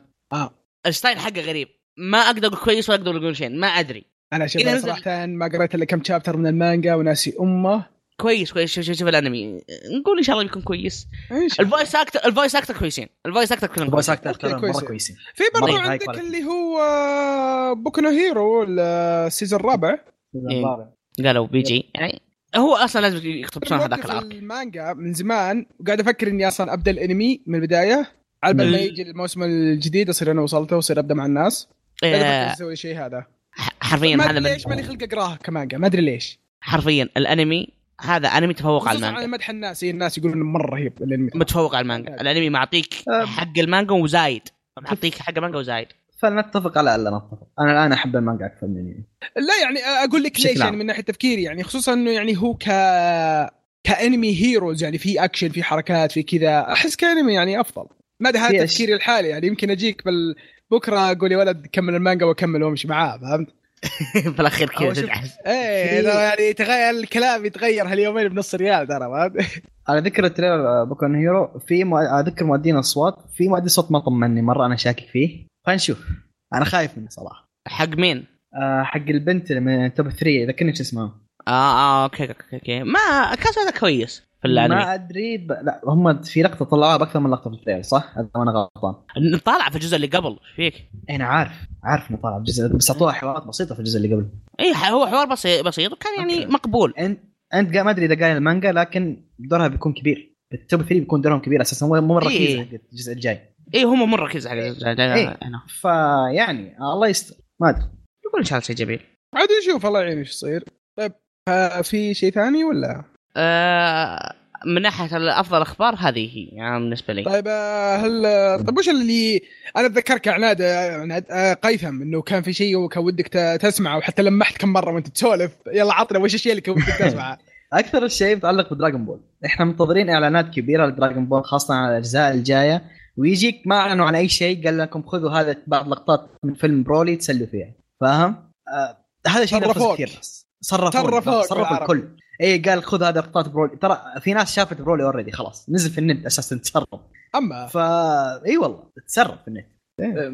Speaker 2: الستايل حقه غريب ما اقدر اقول كويس ولا اقدر اقول شيء ما ادري
Speaker 1: انا شوف
Speaker 2: إذا
Speaker 1: أنا
Speaker 2: نزل-
Speaker 1: صراحه ما قريت الا كم شابتر من المانجا وناسي امه
Speaker 2: كويس كويس شوف شوف, شوف الانمي نقول ان شاء الله بيكون كويس
Speaker 1: إيش؟
Speaker 2: الفويس اكتر الفويس اكتر كويسين الفويس اكتر كلهم
Speaker 3: الفويس
Speaker 2: كويسين
Speaker 3: اكتر
Speaker 1: أوكي،
Speaker 3: ترى
Speaker 1: كويس.
Speaker 3: مره كويسين
Speaker 1: في برضو
Speaker 2: مرة
Speaker 3: high
Speaker 1: عندك
Speaker 3: quality.
Speaker 1: اللي هو بوكو هيرو السيزون الرابع
Speaker 2: إيه. قالوا بيجي يعني هو اصلا لازم يقتبسون هذاك
Speaker 1: موقف
Speaker 2: الارك
Speaker 1: المانجا من زمان وقاعد افكر اني اصلا ابدا الانمي من البدايه على بال ما
Speaker 2: مم.
Speaker 1: يجي الموسم الجديد اصير انا وصلته واصير ابدا مع الناس قاعد
Speaker 2: آه،
Speaker 1: افكر اسوي شيء هذا
Speaker 2: ح- حرفيا
Speaker 1: ما
Speaker 2: إيه، هذا
Speaker 1: ادري
Speaker 2: من
Speaker 1: ليش ماني خلق اقراها كمانجا ما ادري ليش
Speaker 2: حرفيا الانمي هذا انمي تفوق على
Speaker 1: خصوصاً على
Speaker 2: المانجا
Speaker 1: مدح الناس هي الناس يقولون إنه مره رهيب الانمي
Speaker 2: متفوق على المانجا الانمي معطيك
Speaker 3: آه.
Speaker 2: حق المانجا وزايد معطيك حق المانجا وزايد
Speaker 3: فلنتفق على الا نتفق انا الان احب المانجا اكثر من الانمي
Speaker 1: لا يعني اقول لك
Speaker 3: بشكل
Speaker 1: ليش يعني
Speaker 3: عام.
Speaker 1: من ناحيه تفكيري يعني خصوصا انه يعني هو ك كانمي هيروز يعني في اكشن في حركات في كذا احس كانمي يعني افضل ما ادري هذا
Speaker 3: في أش-
Speaker 1: تفكيري الحالي يعني يمكن اجيك بال بكره اقول يا ولد كمل المانجا واكمل وامشي معاه فهمت؟
Speaker 2: في الاخير
Speaker 1: أو
Speaker 2: كذا
Speaker 1: شوف-
Speaker 2: تدعس
Speaker 1: ايه
Speaker 3: في-
Speaker 1: ترى يعني تغير الكلام يتغير هاليومين بنص ريال ترى فهمت؟
Speaker 3: على ذكر التريلر بوكون هيرو في مو... على ذكر مؤدين اصوات في مؤدي صوت ما طمني مره انا شاكك فيه خلينا نشوف انا خايف منه صراحه
Speaker 2: حق مين؟ آه،
Speaker 3: أه حق البنت اللي من توب 3 ذكرني شو اسمها
Speaker 2: اه اوكي اوكي اوكي ما كاس هذا كويس في الانمي
Speaker 3: ما ادري ب... لا هم في لقطه طلعوها باكثر من لقطه في التريلر صح؟ اذا ما انا غلطان
Speaker 2: طالع في الجزء اللي قبل ايش فيك؟
Speaker 3: انا عارف عارف انه طالع بجزء بس اعطوها حوارات بسيطه في الجزء اللي قبل
Speaker 2: اي ح- هو حوار بسيط بسيط وكان يعني
Speaker 3: أوكي.
Speaker 2: مقبول
Speaker 3: انت انت قا- ما ادري اذا قال المانجا لكن دورها بيكون كبير التوب 3 بيكون دورهم كبير اساسا مو مو مره
Speaker 2: إيه.
Speaker 3: إيه. الجزء الجاي
Speaker 2: اي هم مره كذا حق
Speaker 3: إيه.
Speaker 2: انا
Speaker 3: فيعني آه، الله يستر ما ادري
Speaker 2: يقول ان شاء الله شيء جميل
Speaker 1: عاد نشوف الله يعين ايش يصير طيب آه، في شيء ثاني ولا؟
Speaker 2: آه، من ناحيه افضل اخبار هذه هي يعني بالنسبه لي
Speaker 1: طيب آه، هل آه، طيب وش اللي انا اتذكرك يا عناد آه، عناد آه، قيثم انه كان في شيء وكان ودك ت- تسمعه وحتى لمحت كم مره وانت تسولف يلا عطنا وش الشيء اللي كان ودك تسمعه؟
Speaker 3: اكثر شيء متعلق بدراغون بول احنا منتظرين اعلانات كبيره لدراغون بول خاصه على الاجزاء الجايه ويجيك ما اعلنوا عن اي شيء قال لكم خذوا هذا بعض لقطات من فيلم برولي تسلوا فيها فاهم آه هذا شيء نرفز
Speaker 1: صرفوك.
Speaker 3: كثير صرفوك
Speaker 1: صرفوك
Speaker 3: صرفوا
Speaker 1: بالعربي.
Speaker 3: الكل اي قال خذ هذا لقطات برولي ترى في ناس شافت برولي اوريدي خلاص نزل في النت اساسا تسرب
Speaker 1: اما
Speaker 3: فا اي والله تسرب في النت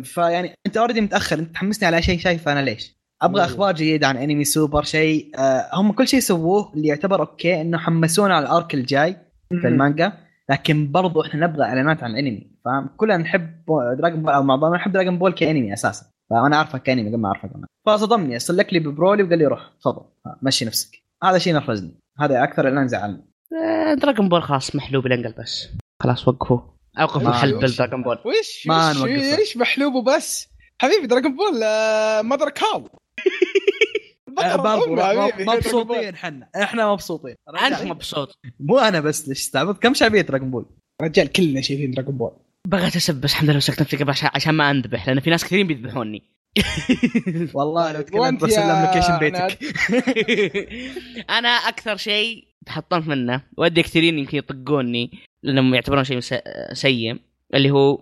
Speaker 3: فيعني انت اوريدي متاخر انت تحمسني على شيء شايفه انا ليش؟ ابغى
Speaker 1: أيوه.
Speaker 3: اخبار جديده عن انمي سوبر شيء آه هم كل شيء سووه اللي يعتبر اوكي انه حمسونا على الارك الجاي في المانجا لكن برضو احنا نبغى اعلانات عن انمي فاهم؟ كلنا نحب دراجون بول او معظمنا نحب دراجون بول كانمي اساسا فانا اعرفه كانمي قبل ما اعرفه كمان فصدمني سلك لي ببرولي وقال لي روح تفضل ها، مشي نفسك هذا شيء نرفزني هذا اكثر اعلان زعلني
Speaker 2: آه، دراغون بول خلاص محلوب الانقل بس خلاص وقفوا اوقفوا
Speaker 3: ما
Speaker 2: الحلب
Speaker 1: يوش.
Speaker 2: بالدراغون بول
Speaker 1: وش
Speaker 3: ما
Speaker 1: وش
Speaker 3: نوقفها.
Speaker 1: ايش محلوب وبس حبيبي دراجون بول آه، مدر كال
Speaker 3: آه، برضو
Speaker 1: أمي
Speaker 3: م-
Speaker 1: حبيبي، دراغون
Speaker 3: مبسوطين حنا احنا مبسوطين
Speaker 2: انت مبسوط
Speaker 3: مو انا بس ليش تعبت كم شعبيه دراجون بول
Speaker 1: بول. رجال كلنا شايفين دراجون بول
Speaker 2: بغيت اسب بس الحمد لله سكتت في قبل عشان- عشان ما انذبح لان في ناس كثيرين بيذبحوني
Speaker 3: والله لو
Speaker 1: وأنت
Speaker 3: تكلمت برسل
Speaker 1: يا
Speaker 3: لهم لوكيشن
Speaker 1: عناد.
Speaker 3: بيتك
Speaker 2: انا اكثر شيء تحطمت منه وادي كثيرين يمكن يطقوني لانهم يعتبرون شيء مس- سيء اللي هو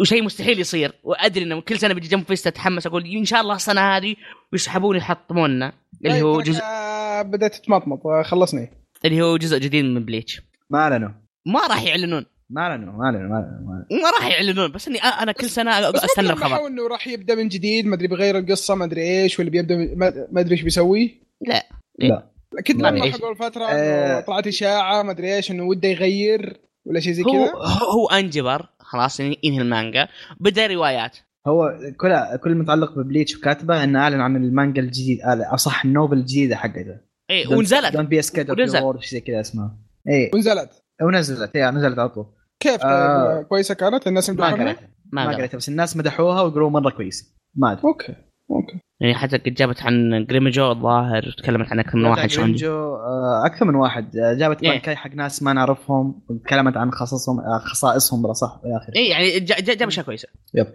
Speaker 2: وشيء مستحيل يصير وادري انه كل سنه بيجي جنب فيست اتحمس اقول ان شاء الله السنه هذه ويسحبوني يحطمونا اللي هو
Speaker 1: طيب،
Speaker 2: جزء
Speaker 1: آه، بدأت تتمطمط آه، خلصني
Speaker 2: اللي هو جزء جديد من بليتش
Speaker 3: ما اعلنوا
Speaker 2: ما راح يعلنون
Speaker 3: ما اعلنوا ما اعلنوا ما اعلنوا ما أعلنوا.
Speaker 2: ما راح يعلنون بس اني أ- انا كل سنه
Speaker 1: بس
Speaker 2: استنى
Speaker 1: مطلع
Speaker 2: الخبر
Speaker 1: معه انه راح يبدا من جديد ما ادري بغير القصه ما ادري ايش واللي بيبدا من- ما- ما ادري ايش بيسوي
Speaker 2: لا.
Speaker 3: لا.
Speaker 1: كنت
Speaker 2: ما
Speaker 1: لما
Speaker 2: أدري إيش.
Speaker 1: قبل فتره
Speaker 3: آه.
Speaker 1: إنه طلعت اشاعه ما ادري ايش انه وده يغير ولا شيء زي
Speaker 2: هو
Speaker 1: كذا
Speaker 2: هو هو انجبر خلاص إن- ينهي المانجا بدا روايات
Speaker 3: هو كل كل متعلق ببليتش وكاتبه انه اعلن عن المانجا الجديد آه، اصح النوفل الجديده حقته
Speaker 2: اي إيه، ونزلت
Speaker 3: دونت بي اسكيد
Speaker 2: ونزل.
Speaker 3: وورد زي كذا اسمها اي
Speaker 1: ونزلت
Speaker 3: ونزلت اي نزلت على طول
Speaker 1: كيف طيب؟
Speaker 3: آه.
Speaker 1: كويسه كانت الناس
Speaker 3: ما
Speaker 1: مدحوها
Speaker 3: قريتها
Speaker 2: ما
Speaker 3: ما
Speaker 2: قرأت.
Speaker 3: قريتها بس الناس مدحوها ويقولوا مره كويسه ما ادري
Speaker 1: اوكي اوكي
Speaker 2: يعني حتى قد جابت عن جريمجو الظاهر تكلمت عن اكثر من واحد
Speaker 3: جابت
Speaker 2: شلون
Speaker 3: جرينجو، آه، اكثر من واحد آه، جابت
Speaker 2: إيه.
Speaker 3: بانكاي حق ناس ما نعرفهم وتكلمت عن خصائصهم آه، خصائصهم بلا صح الى اخره
Speaker 2: اي يعني جا- جا- جاب اشياء كويسه
Speaker 3: يب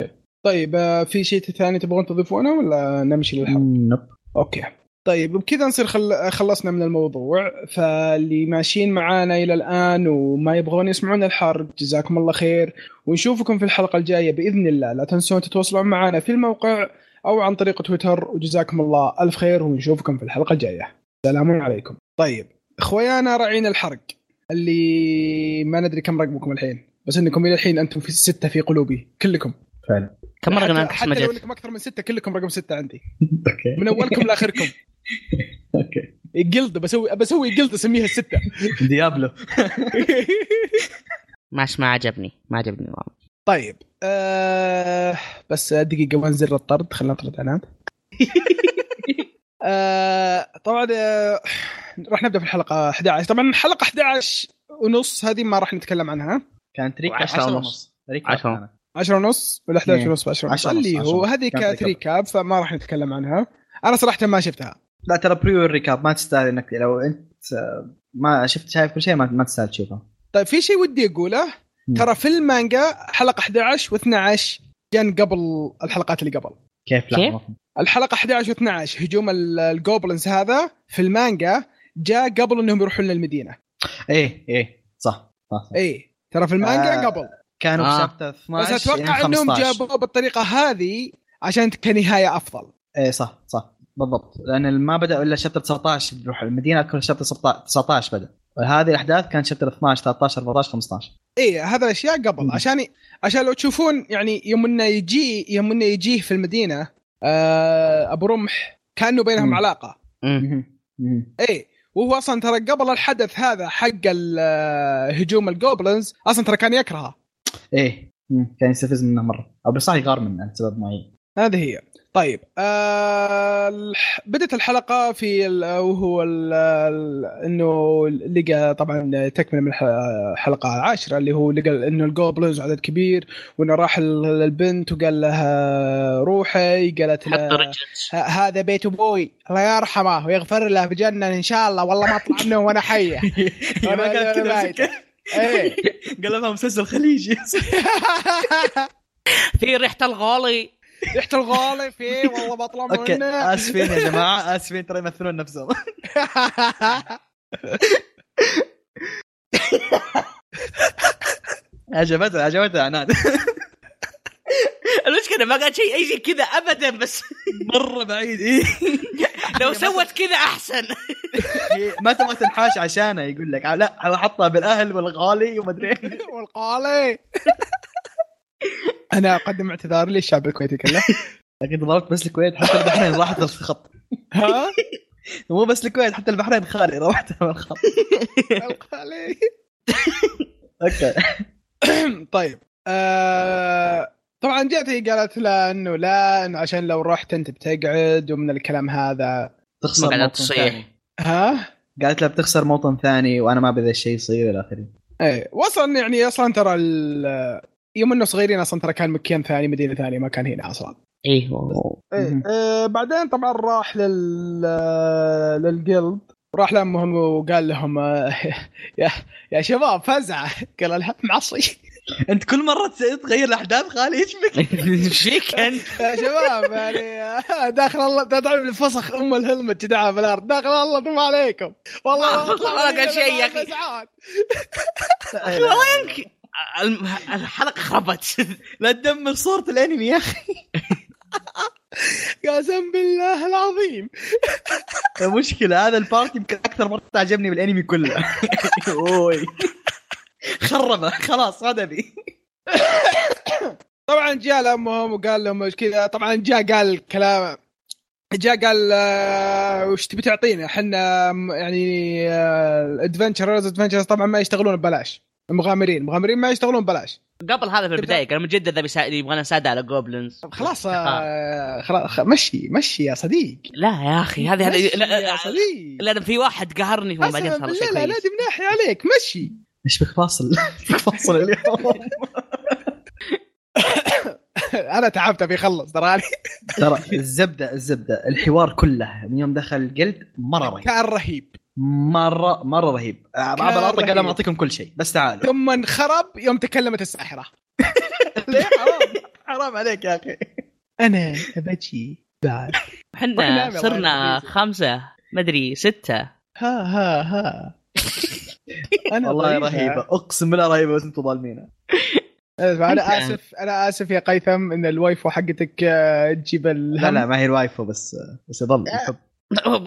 Speaker 1: طيب آه، في شيء ثاني تبغون تضيفونه ولا نمشي للحلقه؟
Speaker 3: نب
Speaker 1: اوكي طيب بكذا نصير خل... خلصنا من الموضوع فاللي ماشيين معانا الى الان وما يبغون يسمعون الحرب جزاكم الله خير ونشوفكم في الحلقه الجايه باذن الله لا تنسون تتواصلون معنا في الموقع او عن طريق تويتر وجزاكم الله الف خير ونشوفكم في الحلقه الجايه سلام عليكم طيب اخويانا راعين الحرق اللي ما ندري كم رقمكم الحين بس انكم الى الحين انتم في سته في قلوبي كلكم
Speaker 3: فعلا
Speaker 2: كم مره قلنا
Speaker 1: حتى,
Speaker 2: لك اسمها
Speaker 1: حتى لو
Speaker 2: جت
Speaker 1: انكم اكثر من سته كلكم رقم سته عندي
Speaker 3: اوكي
Speaker 1: من اولكم لاخركم
Speaker 3: اوكي
Speaker 1: جلد بسوي بسوي جلد اسميها السته
Speaker 3: ديابلو
Speaker 2: ماش ما عجبني ما عجبني النظام
Speaker 1: طيب آه بس دقيقه وين زر الطرد خلينا نطرد عناد آه طبعا آه راح نبدا في الحلقه 11 طبعا الحلقه 11 ونص هذه ما راح نتكلم عنها
Speaker 3: كانت ريكاب
Speaker 2: وعشرة
Speaker 3: 10
Speaker 2: ونص.
Speaker 3: ونص ريكاب
Speaker 2: عشرة.
Speaker 3: كانت.
Speaker 1: 10 ونص ولا 11
Speaker 3: إيه.
Speaker 1: ونص 10 ونص
Speaker 3: 10 ونص،
Speaker 1: اللي
Speaker 3: 10
Speaker 1: هو
Speaker 3: ونص.
Speaker 1: هذه
Speaker 3: كانت
Speaker 1: كانت
Speaker 3: ريكاب.
Speaker 1: ريكاب فما راح نتكلم عنها انا صراحه ما شفتها
Speaker 3: لا ترى بريو الريكاب ما تستاهل انك لو انت آه، ما شفت شايف كل شيء ما, ما تستاهل تشوفه
Speaker 1: طيب في شيء ودي اقوله
Speaker 3: مم.
Speaker 1: ترى في المانجا حلقه 11 و12 جن قبل الحلقات اللي قبل
Speaker 3: كيف
Speaker 2: كيف؟
Speaker 3: لا
Speaker 1: الحلقه 11 و12 هجوم ال- الجوبلنز هذا في المانجا جاء قبل انهم يروحون للمدينه
Speaker 3: ايه ايه صح صح, صح.
Speaker 1: اي إيه، ترى في المانجا
Speaker 3: آه،
Speaker 1: قبل
Speaker 3: كانوا يعني في
Speaker 2: إيه. آه.
Speaker 3: شابتر 12
Speaker 1: بس اتوقع
Speaker 3: إلى
Speaker 1: انهم
Speaker 3: 15.
Speaker 1: جابوه بالطريقه هذه عشان كنهايه افضل
Speaker 3: ايه صح صح بالضبط لان ما بدا الا شابتر 19 بيروح المدينه كل شابتر 17 19 بدا هذه الاحداث كان شابتر 12 13 14 15
Speaker 1: اي هذا الاشياء إيه، قبل
Speaker 3: مم.
Speaker 1: عشان عشان لو تشوفون يعني يوم انه يجي يوم انه يجيه في المدينه آه ابو رمح كانه بينهم
Speaker 3: مم.
Speaker 1: علاقه
Speaker 2: أمم.
Speaker 1: اي إيه، وهو اصلا ترى قبل الحدث هذا حق ال- آه، هجوم الجوبلنز اصلا ترى كان يكرهها
Speaker 3: ايه مم. كان يستفز منه مره او بصح يغار منه لسبب معين
Speaker 1: هذه هي طيب آه الح- بدت الحلقه في ال- آه، وهو ال- آه، ال- انه لقى طبعا تكمله من الح- الحلقه العاشره اللي هو لقى انه الجوبلنز عدد كبير وانه راح ال- للبنت وقال لها روحي قالت
Speaker 2: حط
Speaker 1: له
Speaker 2: رجلك
Speaker 1: ه- هذا بيت ابوي الله يرحمه ويغفر له في جنه ان شاء الله والله ما اطلع منه وانا حيه
Speaker 3: هي
Speaker 1: أنا-
Speaker 3: ما قالت
Speaker 1: أنا
Speaker 3: كذا
Speaker 1: مايت.
Speaker 3: مسكة.
Speaker 1: إيه.
Speaker 3: قلبها مسلسل خليجي
Speaker 2: في ريحه الغالي
Speaker 1: ريحه الغالي فيه والله بطلع منه
Speaker 3: اوكي اسفين يا جماعه اسفين ترى يمثلون نفسهم عجبتها عجبتها عناد
Speaker 2: المشكله ما قالت شيء اي شيء كذا ابدا بس
Speaker 3: مره بعيد ايه
Speaker 2: لو سوت كذا احسن
Speaker 3: هي ما تبغى تنحاش عشانه يقول لك لا انا حطها بالاهل والغالي وما ادري إيه.
Speaker 1: والقالي انا اقدم اعتذاري للشعب الكويتي كله
Speaker 3: لكن ضربت بس الكويت حتى البحرين راحت الخط
Speaker 1: ها
Speaker 3: مو بس الكويت حتى البحرين خالي روحت من الخط
Speaker 1: القالي
Speaker 3: اوكي
Speaker 1: طيب آه... طبعا جات هي قالت له انه لا إنه عشان لو رحت انت بتقعد ومن الكلام هذا
Speaker 3: تخسر
Speaker 2: قاعدة
Speaker 3: موطن
Speaker 2: تصيح.
Speaker 3: ثاني
Speaker 1: ها
Speaker 3: قالت لها بتخسر موطن ثاني وانا ما بذا الشيء يصير الى اخره
Speaker 1: ايه واصلا يعني اصلا ترى ال- يوم انه صغيرين اصلا ترى كان مكان ثاني مدينه ثانيه ما كان هنا اصلا
Speaker 2: ايه
Speaker 1: ايه
Speaker 3: مهم.
Speaker 1: آه بعدين طبعا راح لل آه، للجلد راح لامهم وقال لهم آه، يا يا شباب فزعه قال لها معصي
Speaker 3: انت كل مره تغير الاحداث خالي ايش بك؟
Speaker 2: ايش فيك انت؟
Speaker 1: يا شباب يعني آه، داخل الله لا تعرف الفسخ ام الهلمت جدعها في الارض داخل الله طب عليكم والله
Speaker 2: ما- ما قال شيء يا أخي.
Speaker 1: فزعان.
Speaker 2: والله يمكن الم- الحلقه خربت
Speaker 3: لا تدمر صوره الانمي يا اخي
Speaker 1: قسم بالله العظيم
Speaker 3: مشكله هذا البارت يمكن اكثر مره عجبني بالانمي كله اوي خربه خلاص هدفي
Speaker 1: طبعا جاء لامهم وقال لهم ايش كذا طبعا جاء قال كلام جاء قال آه، وش تبي تعطينا احنا م- يعني ادفنتشرز ادفنتشرز طبعا ما يشتغلون ببلاش المغامرين المغامرين ما يشتغلون ببلاش
Speaker 2: قبل هذا في البدايه قال من جد ذا بيسا- يبغانا ساده على جوبلنز
Speaker 1: طب خلاص آه، خلاص خ- مشي مشي يا صديق
Speaker 2: لا يا اخي هذه هذه
Speaker 1: مشي
Speaker 2: لا-
Speaker 1: يا صديق
Speaker 2: لان في واحد قهرني وبعدين
Speaker 1: قسما
Speaker 2: صار شيء
Speaker 1: بالله
Speaker 2: كويس
Speaker 1: نادي مناحي عليك مشي
Speaker 3: ايش بك فاصل فاصل اليوم
Speaker 1: انا تعبت ابي اخلص تراني
Speaker 3: ترى الزبده الزبده الحوار كله من يوم دخل الجلد مره رهيب
Speaker 1: كان رهيب
Speaker 3: مره مره رهيب
Speaker 1: كان
Speaker 3: مع بلاطه قال
Speaker 1: رهيب.
Speaker 3: أنا معطيكم كل شيء بس تعالوا
Speaker 1: ثم انخرب يوم تكلمت الساحره ليه حرام
Speaker 3: حرام عليك يا اخي
Speaker 1: انا بجي بعد
Speaker 2: احنا
Speaker 1: والله
Speaker 2: صرنا
Speaker 1: العظيم.
Speaker 2: خمسه مدري سته
Speaker 1: ها ها ها انا
Speaker 3: والله
Speaker 1: ضعيفة.
Speaker 3: رهيبه اقسم بالله رهيبه بس انتم ظالمينها
Speaker 1: انا
Speaker 3: يعني
Speaker 2: أنت-
Speaker 1: اسف انا اسف يا قيثم ان الوايفو حقتك آه، تجيب
Speaker 3: لا
Speaker 1: الهم
Speaker 3: لا ما هي الوايفو بس بس يظل الحب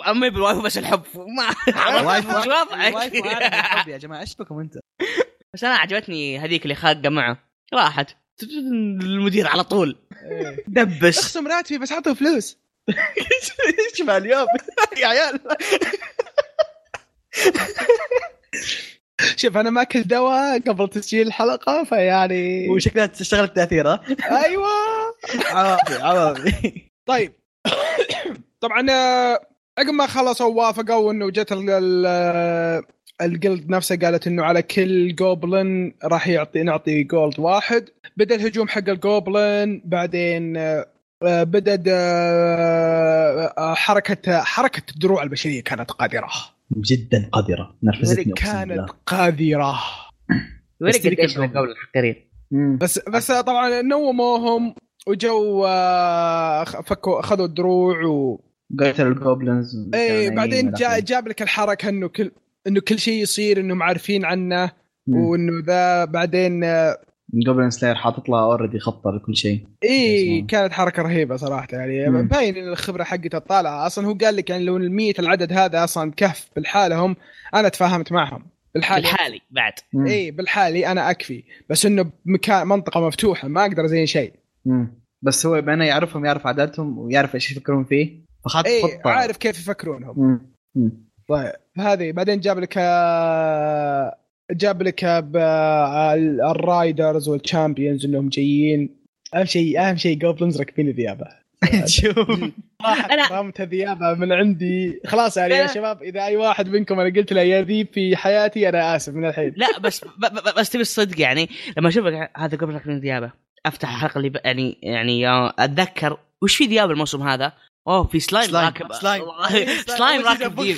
Speaker 2: امي بالوايفو بس الحب ما
Speaker 3: الوايفو
Speaker 2: مش وضعك
Speaker 3: الوايفو عارف الحب يا جماعه ايش بكم انت؟
Speaker 2: بس انا عجبتني هذيك اللي خاقه معه راحت المدير على طول
Speaker 1: إيه.
Speaker 2: دبس
Speaker 1: اخصم راتبي بس اعطوا فلوس
Speaker 3: ايش مع اليوم يا عيال
Speaker 1: شوف انا ماكل دواء قبل تسجيل الحلقه فيعني
Speaker 3: وشكلها اشتغلت تاثيره
Speaker 1: ايوه
Speaker 3: عوافي عوافي
Speaker 1: طيب طبعا آه، عقب ما خلصوا وافقوا انه جت ال- ال- الجلد نفسه قالت انه على كل جوبلن راح يعطي نعطي جولد واحد بدا الهجوم حق الجوبلن بعدين آه، آه، بدت آه، آه، حركه حركه الدروع البشريه كانت قادره
Speaker 3: جدا قذره نرفزتني أقسم بالله.
Speaker 1: كانت قادره
Speaker 2: ولا
Speaker 3: بس ذيك
Speaker 2: قديش من
Speaker 3: الجملة.
Speaker 2: قبل الحقيرين
Speaker 3: مم.
Speaker 1: بس بس طبعا نوموهم وجو آه، فكوا اخذوا الدروع و
Speaker 3: قتل يعني الجوبلنز
Speaker 1: ايه بعدين جا
Speaker 3: جاء
Speaker 1: جاب لك الحركه انه كل انه كل شيء يصير انهم عارفين عنه وانه ذا بعدين
Speaker 3: جوبلن سلاير حاطط لها اوريدي خطه لكل شيء
Speaker 1: اي
Speaker 3: مم.
Speaker 1: إيه، كانت حركه رهيبه صراحه يعني
Speaker 3: مم.
Speaker 1: باين ان الخبره حقته طالعه اصلا هو قال لك يعني لو المية العدد هذا اصلا كهف بالحالة هم انا تفاهمت معهم بالحالة
Speaker 2: الحالي بعد
Speaker 3: مم.
Speaker 1: اي بالحالي انا اكفي بس انه مكان منطقه مفتوحه ما اقدر زين شيء
Speaker 3: مم. بس هو بما انه يعرفهم يعرف عاداتهم ويعرف ايش يفكرون فيه فحط
Speaker 1: اي
Speaker 3: خطه
Speaker 1: إيه، عارف كيف يفكرونهم
Speaker 3: مم. مم.
Speaker 1: طيب هذه بعدين جاب لك آه، جاب لك آه، ب- آه، ال- الرايدرز والشامبيونز انهم جايين اهم شيء اهم شيء جوبلنز راكبين ذيابه
Speaker 3: شوف
Speaker 2: أنا-
Speaker 1: انا رمت ذيابه من عندي خلاص يعني يا
Speaker 2: أنا-
Speaker 1: شباب اذا اي واحد منكم انا قلت له يا ذيب في حياتي انا اسف من الحين
Speaker 2: لا بس ب- ب- بس تبي الصدق يعني لما اشوفك هذا قبل لك من ديابه افتح الحلقه اللي ب- يعني يعني يا- اتذكر وش في ديابه الموسم هذا؟ اوه في سلايم
Speaker 3: سلايم،
Speaker 2: راكب
Speaker 3: سلايم.
Speaker 2: سلايم راكب ديب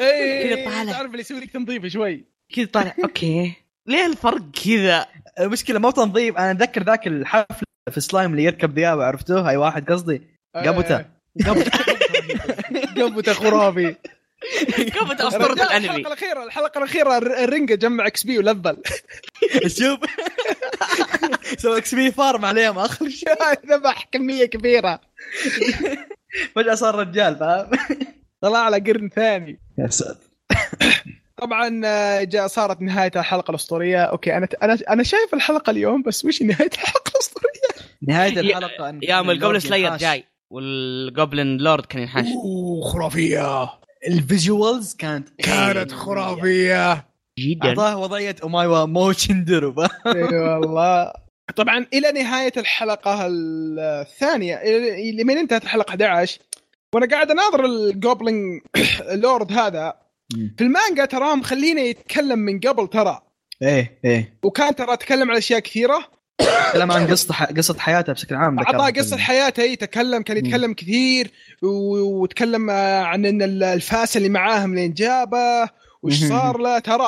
Speaker 1: اي
Speaker 2: كذا طالع.
Speaker 1: إيه، تعرف اللي يسوي لك تنظيف شوي
Speaker 2: كذا طالع اوكي ليه الفرق كذا؟
Speaker 3: المشكله مو تنظيف انا اتذكر ذاك الحفل في سلايم اللي يركب ذيابه عرفتوه هاي واحد قصدي
Speaker 1: آه،
Speaker 3: قبته
Speaker 1: قبته خرافي
Speaker 2: كفت اسطوره
Speaker 1: الرجال،
Speaker 2: الانمي
Speaker 1: الحلقه الاخيره الحلقه الاخيره الر- الرنجة جمع اكس بي ولذل
Speaker 3: شوف سوى اكس بي فارم عليهم اخر شيء
Speaker 1: ذبح كميه كبيره
Speaker 3: فجاه صار رجال فاهم
Speaker 1: طلع له قرن ثاني
Speaker 3: يا ساتر
Speaker 1: طبعا آه، جاء صارت نهايه الحلقه الاسطوريه اوكي انا انا انا شايف الحلقه اليوم بس وش نهايه الحلقه الاسطوريه
Speaker 3: نهايه
Speaker 2: يا-
Speaker 3: الحلقه أن-
Speaker 2: يا
Speaker 3: أن
Speaker 2: ما الجوبلن
Speaker 3: اللورد
Speaker 2: سلاير
Speaker 3: يعني ينحاش.
Speaker 2: جاي والجوبلن لورد كان ينحاش
Speaker 1: اوه خرافيه
Speaker 3: الفيجوالز كانت إيه؟
Speaker 1: خرافيه
Speaker 2: جدا
Speaker 3: اعطاه وضعيه اومايوا موشن درو
Speaker 1: اي إيه، والله طبعا الى نهايه الحلقه الثانيه إلى- إلى- لمن انتهت الحلقه 11 وانا قاعد اناظر الجوبلين لورد هذا في المانجا تراه مخلينه يتكلم من قبل ترى
Speaker 3: ايه ايه
Speaker 1: وكان ترى تكلم عن اشياء كثيره
Speaker 3: كلام عن قصه ح- قصه حياته بشكل عام ذكرها
Speaker 1: اعطاه
Speaker 3: في
Speaker 1: قصه
Speaker 3: ال-
Speaker 1: حياته اي تكلم كان
Speaker 3: مم.
Speaker 1: يتكلم كثير و- وتكلم آه، عن ان ال- الفاس اللي معاه من جابه وش
Speaker 3: مهم.
Speaker 1: صار له ترى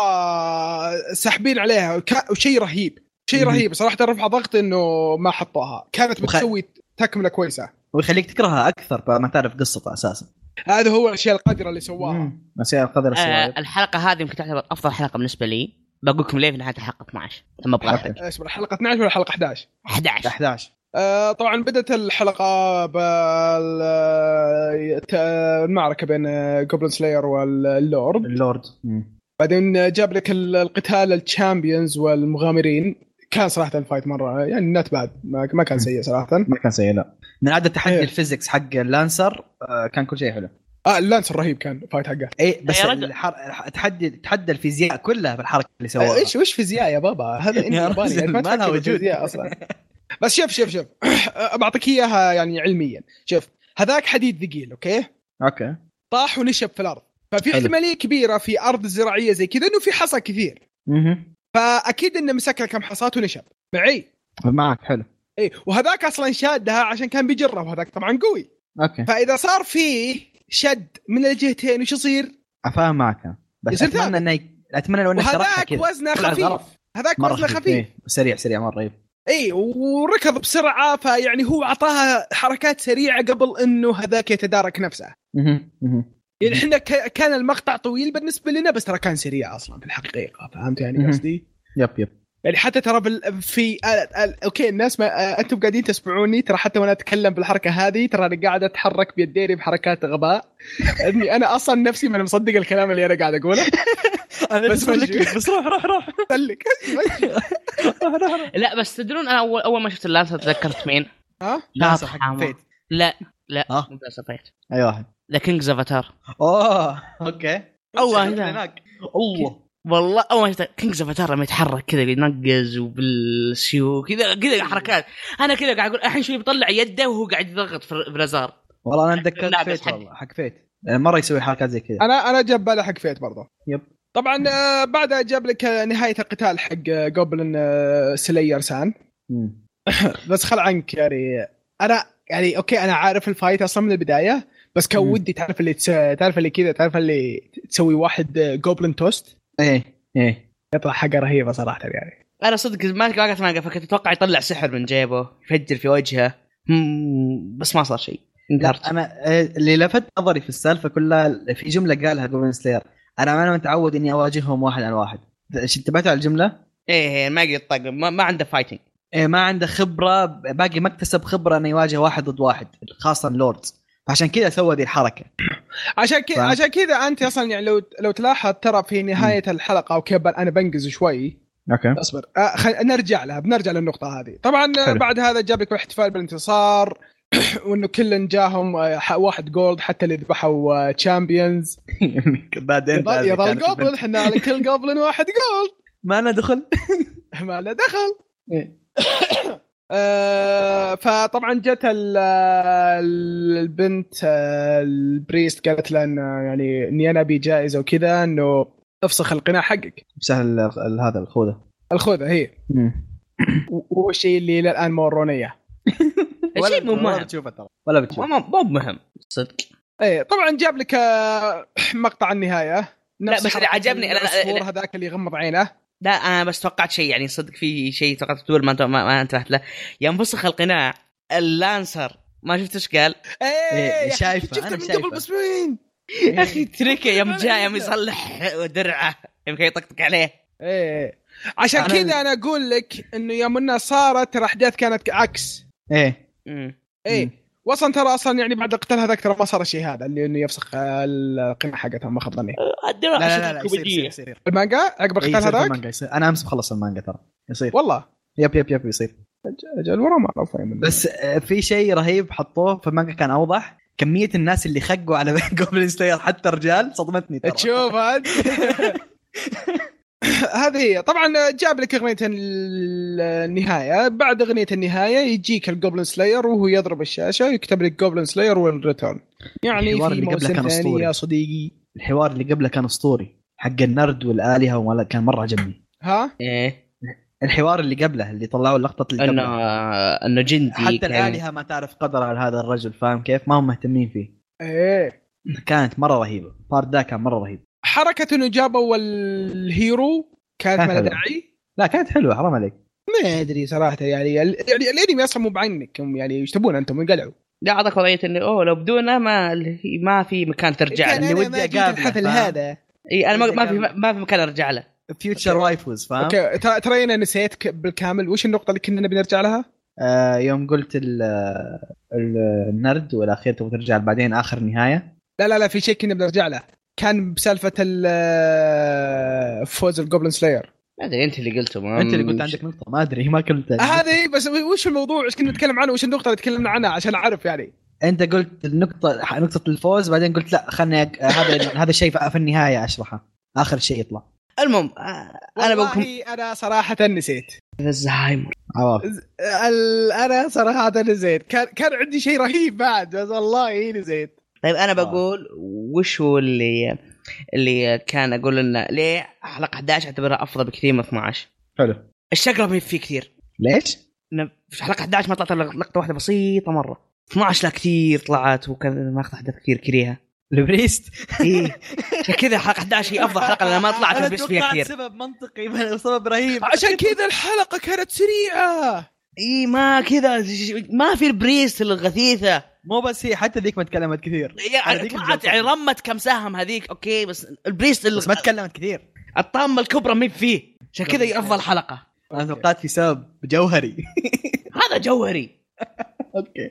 Speaker 1: ساحبين عليها وكا- وشيء رهيب شيء
Speaker 3: مهم.
Speaker 1: رهيب صراحه رفع ضغط انه ما حطوها كانت
Speaker 3: وخ-
Speaker 1: بتسوي تكمله كويسه
Speaker 3: ويخليك تكرهها اكثر بعد ما تعرف قصته اساسا
Speaker 1: هذا هو الاشياء القدره اللي سواها
Speaker 3: مم. مسير قدر
Speaker 2: آه،
Speaker 3: السوالف
Speaker 2: الحلقه هذه يمكن تعتبر افضل حلقه بالنسبه لي بقول لكم ليه في نهايه الحلقه 12 ما ابغى
Speaker 3: حلقة.
Speaker 2: أحرق.
Speaker 1: اصبر الحلقه 12 ولا الحلقه 11
Speaker 2: 11
Speaker 3: 11
Speaker 1: آه، طبعا بدات الحلقه بالمعركه آه، بين آه، جوبلن سلاير واللورد
Speaker 3: اللورد مم.
Speaker 1: بعدين جاب لك ال- القتال الشامبيونز والمغامرين كان صراحه الفايت مره يعني النت بعد ما ما كان سيء صراحه
Speaker 3: ما كان سيء لا من عدد تحدي
Speaker 1: إيه.
Speaker 3: الفيزيكس حق اللانسر آه، كان كل شيء حلو
Speaker 1: اه اللانسر رهيب كان الفايت حقه
Speaker 3: اي بس
Speaker 2: يا رجل.
Speaker 3: الحر... الح- تحدي تحدى الفيزياء كلها بالحركه اللي سواها
Speaker 1: آه، ايش وش فيزياء يا بابا هذا انت
Speaker 3: يا
Speaker 1: ياباني
Speaker 3: رجل،
Speaker 1: يعني ما
Speaker 3: ما لها
Speaker 1: تفكر
Speaker 3: وجود.
Speaker 1: بالفيزياء اصلا بس شوف شوف شوف آه، بعطيك اياها يعني علميا شوف هذاك حديد ثقيل اوكي
Speaker 3: اوكي
Speaker 1: طاح ونشب في الارض ففي
Speaker 3: حلو.
Speaker 1: احتماليه كبيره في ارض زراعيه زي كذا انه في حصى كثير
Speaker 3: مهم.
Speaker 1: فاكيد انه مسك له كم حصاه ونشب معي
Speaker 3: معك حلو
Speaker 1: اي وهذاك اصلا شادها عشان كان بيجرها وهذاك طبعا قوي
Speaker 3: اوكي
Speaker 1: فاذا صار فيه شد من الجهتين وش يصير؟
Speaker 3: افهم معك أنا. بس
Speaker 1: يصير
Speaker 3: اتمنى
Speaker 1: ثابت.
Speaker 3: انه ي... اتمنى لو انه شرحها
Speaker 1: وهذاك
Speaker 3: كذا
Speaker 1: وزنه
Speaker 3: طلع
Speaker 1: خفيف
Speaker 3: ظرف.
Speaker 1: هذاك
Speaker 3: مره
Speaker 1: وزنه خفيف
Speaker 3: إيه. سريع سريع مره إيه.
Speaker 1: اي وركض بسرعه فيعني هو اعطاها حركات سريعه قبل انه هذاك يتدارك نفسه
Speaker 3: مهم. مهم.
Speaker 1: يعني احنا ك- كان المقطع طويل بالنسبه لنا بس ترى كان سريع اصلا في الحقيقه فهمت يعني
Speaker 3: مهم.
Speaker 1: قصدي؟
Speaker 3: يب يب
Speaker 1: يعني حتى ترى بال... في آه، آه، اوكي الناس ما... آه، انتم قاعدين تسمعوني ترى حتى وانا اتكلم بالحركه هذه ترى انا قاعد اتحرك بيديني بحركات غباء اني انا اصلا نفسي ما أنا مصدق الكلام اللي انا قاعد اقوله
Speaker 3: انا
Speaker 1: بس ما شفت.
Speaker 3: بس روح روح روح
Speaker 1: خليك
Speaker 2: لا بس تدرون انا اول اول ما شفت اللانسر تذكرت مين؟
Speaker 1: ها
Speaker 3: لانسر
Speaker 2: لا،
Speaker 3: حق فيت
Speaker 2: لا لا
Speaker 3: ها؟
Speaker 2: مو بلانسر فايت
Speaker 3: اي واحد
Speaker 2: ذا كينجز افاتار
Speaker 3: اوه اوكي
Speaker 2: والله لا.
Speaker 3: هناك الله
Speaker 2: والله اول ما شفت كينجز اوف اتار لما يتحرك كذا ينقز وبالسيو كذا كذا حركات انا كذا قاعد اقول الحين شو بيطلع يده وهو قاعد يضغط في في الازار
Speaker 3: والله انا اتذكرت
Speaker 2: لا، بس
Speaker 3: فيت
Speaker 2: حق-
Speaker 3: والله حق فيت يعني مره يسوي حركات زي كذا
Speaker 1: انا انا جاب بالي حق فيت برضه
Speaker 3: يب.
Speaker 1: طبعا آه، بعدها جاب لك آه، نهايه القتال حق آه، جوبلن آه، سلاير سان
Speaker 3: مم.
Speaker 1: بس خل عنك يعني انا يعني اوكي انا عارف الفايت اصلا من البدايه بس كان
Speaker 3: مم.
Speaker 1: ودي تعرف اللي تس... تعرف اللي كذا تعرف اللي تسوي واحد جوبلن توست
Speaker 3: ايه ايه
Speaker 1: يطلع حاجه رهيبه صراحه يعني
Speaker 2: انا صدق ما ما قعدت مانجا فكنت اتوقع يطلع سحر من جيبه يفجر في وجهه مم، بس ما صار شيء
Speaker 3: لا
Speaker 2: انقهرت
Speaker 3: انا آه، اللي لفت نظري في السالفه كلها في جمله قالها جوبن سلاير انا ما انا متعود اني اواجههم واحد عن واحد إيش انتبهتوا على الجمله؟
Speaker 2: ايه إيه، ما يقدر يطق ما, ما عنده فايتنج
Speaker 3: إيه ما عنده خبره باقي ما اكتسب خبره انه يواجه واحد ضد واحد خاصه لوردز فعشان كذا سوى ذي الحركه
Speaker 1: عشان كذا
Speaker 3: فاهم.
Speaker 1: عشان كذا انت اصلا يعني لو لو تلاحظ ترى في نهايه الحلقه اوكي بل انا بنقز شوي
Speaker 3: اوكي
Speaker 1: اصبر آه، خل... نرجع لها بنرجع للنقطه هذه طبعا آه،
Speaker 3: حلو.
Speaker 1: بعد هذا جاب لك احتفال بالانتصار وانه كل جاهم آه، ح- واحد جولد حتى اللي ذبحوا تشامبيونز
Speaker 3: بعدين
Speaker 1: يظل يظل جوبلن احنا على كل جوبلن واحد جولد
Speaker 3: ما انا دخل
Speaker 1: ما له دخل
Speaker 3: إيه.
Speaker 1: آه، فطبعا جت ال- آه، البنت آه، البريست قالت لها إن، آه، يعني اني انا ابي جائزه وكذا انه افسخ القناع حقك
Speaker 3: سهل ال- ال- هذا الخوذه
Speaker 1: الخوذه هي و- وهو الشيء اللي الى الان ما ورونا اياه
Speaker 2: شيء مو مهم
Speaker 3: بتشوفه ترى ولا
Speaker 2: مو-
Speaker 3: بتشوفه
Speaker 2: مو مو مهم صدق
Speaker 1: ايه طبعا جاب لك آه، مقطع النهايه نفس
Speaker 2: بس اللي
Speaker 1: حركة
Speaker 2: عجبني- لا- لا-
Speaker 1: العصفور
Speaker 2: لا-
Speaker 1: هذاك اللي يغمض عينه
Speaker 2: لا انا بس توقعت شيء يعني صدق في شيء توقعت تقول ما, انت- ما, ما انتبهت له ينفسخ القناع اللانسر ما شفت ايش قال
Speaker 1: ايه يا أخي،
Speaker 3: شايفة،
Speaker 1: شفته
Speaker 3: إيه، أنا إيه.
Speaker 1: من
Speaker 3: شايفة.
Speaker 1: قبل بس مين
Speaker 2: يا اخي تركه يوم جاء يوم يصلح درعه يمكن يطقطق عليه
Speaker 1: ايه عشان
Speaker 3: أنا-
Speaker 1: كذا انا اقول لك انه يوم انها صارت ترى احداث كانت عكس
Speaker 3: ايه
Speaker 2: مم.
Speaker 1: ايه
Speaker 3: مم.
Speaker 1: واصلا ترى اصلا يعني بعد القتال هذاك ترى ما صار الشيء هذا اللي انه يفسخ القناع حقتهم ما خاب ظني
Speaker 2: الدرع
Speaker 3: لا لا لا,
Speaker 2: شكلها
Speaker 3: لا يصير
Speaker 2: كوميدية.
Speaker 3: يصير, يصير.
Speaker 1: المانجا عقب
Speaker 3: إيه،
Speaker 1: القتال
Speaker 3: يصير في
Speaker 1: هذاك
Speaker 3: المانجا يصير انا امس مخلص المانجا ترى يصير
Speaker 1: والله
Speaker 3: يب يب يب يصير
Speaker 1: اجل ورا ما اعرف وين منه.
Speaker 3: بس آه، في شيء رهيب حطوه في المانجا كان اوضح كميه الناس اللي خقوا على جوبلين سلاير حتى رجال صدمتني ترى
Speaker 1: تشوف هاد هذه هي طبعا جاب لك اغنيه ال- النهايه بعد اغنيه النهايه يجيك الجوبلن سلاير وهو يضرب الشاشه يكتب لك جوبلن سلاير والريتيرن يعني
Speaker 3: الحوار
Speaker 1: في
Speaker 3: اللي قبله
Speaker 1: موسم
Speaker 3: كان
Speaker 1: ثاني
Speaker 3: أسطوري.
Speaker 1: يا صديقي
Speaker 3: الحوار اللي قبله كان اسطوري حق النرد والالهه ولا كان مره عجبني
Speaker 1: ها
Speaker 2: ايه
Speaker 3: الحوار اللي قبله اللي طلعوا اللقطه اللي
Speaker 2: انه
Speaker 3: قبله
Speaker 2: انه جندي
Speaker 3: حتى
Speaker 2: كان-
Speaker 3: الالهه ما تعرف قدر على هذا الرجل فاهم كيف ما هم مهتمين فيه
Speaker 1: ايه
Speaker 3: كانت مره رهيبه البارت ذا كان مره رهيب
Speaker 1: حركه انه جابوا الهيرو كانت
Speaker 3: كان
Speaker 1: ما لها
Speaker 3: حلو.
Speaker 1: داعي
Speaker 3: لا كانت حلوه حرام عليك
Speaker 1: ما ادري صراحه يعني ال- يعني الانمي اصلا مو بعينكم يعني ايش تبون انتم انقلعوا
Speaker 2: لا اعطاك وضعيه انه اوه لو بدونه ما ما في مكان ترجع
Speaker 1: كان
Speaker 2: له
Speaker 3: اللي
Speaker 1: أنا
Speaker 3: ودي
Speaker 1: ما جيت
Speaker 3: أقابله،
Speaker 1: الحفل
Speaker 3: فاهم؟
Speaker 1: هذا
Speaker 2: اي انا ما ما في
Speaker 3: كان-
Speaker 2: ما في مكان ارجع له
Speaker 3: فيوتشر وايفوز فاهم
Speaker 1: اوكي ترى ترى انا نسيت ك- بالكامل وش النقطه اللي كنا بنرجع لها؟
Speaker 3: آه يوم قلت ال ال- النرد والاخير تبغى ترجع بعدين اخر نهايه
Speaker 1: لا لا لا في شيء كنا بنرجع له كان بسالفه ال- فوز الجوبلن سلاير
Speaker 2: ما ادري انت اللي قلته ما
Speaker 3: انت اللي قلت عندك نقطه ما ادري ما كنت
Speaker 1: آه، هذه بس وش الموضوع ايش كنا نتكلم عنه وش النقطه اللي تكلمنا عنها عشان اعرف يعني
Speaker 3: انت قلت النقطه نقطه الفوز بعدين قلت لا خلني أك... هذا هذا الشيء في في النهايه اشرحه اخر شيء يطلع
Speaker 2: المهم آه، انا
Speaker 1: والله
Speaker 2: بقول
Speaker 1: انا صراحه نسيت
Speaker 2: الزهايمر
Speaker 3: عوافي
Speaker 1: ال- انا صراحه نسيت كان كان عندي شيء رهيب بعد بس والله نسيت
Speaker 2: طيب انا
Speaker 3: آه.
Speaker 2: بقول وش هو اللي اللي كان اقول انه ليه حلقه 11 اعتبرها افضل بكثير من 12
Speaker 3: حلو
Speaker 2: الشقره ما فيه كثير
Speaker 3: ليش؟
Speaker 2: إنه في حلقه 11 ما طلعت إلا لقطه واحده بسيطه مره 12 لا كثير طلعت وكان ما اخذت احداث كثير كريهه
Speaker 3: البريست
Speaker 2: ايه عشان كذا حلقه 11 هي افضل حلقه لان ما طلعت
Speaker 3: أنا
Speaker 2: البس فيها
Speaker 3: توقعت
Speaker 2: كثير
Speaker 3: سبب منطقي سبب رهيب
Speaker 1: عشان كذا الحلقه كانت سريعه
Speaker 2: اي إيه، ما كذا ما في البريست الغثيثه
Speaker 3: مو بس هي حتى ذيك ما تكلمت كثير أنا
Speaker 2: يعني
Speaker 3: ذيك
Speaker 2: طلعت
Speaker 3: الجلسة.
Speaker 2: يعني رمت كم سهم هذيك اوكي بس البريست
Speaker 3: بس ما
Speaker 2: اللي
Speaker 3: تكلمت كثير
Speaker 2: الطامه الكبرى ما فيه عشان كذا
Speaker 3: طيب.
Speaker 2: هي افضل حلقه
Speaker 3: انا توقعت في سبب جوهري
Speaker 2: هذا جوهري
Speaker 3: اوكي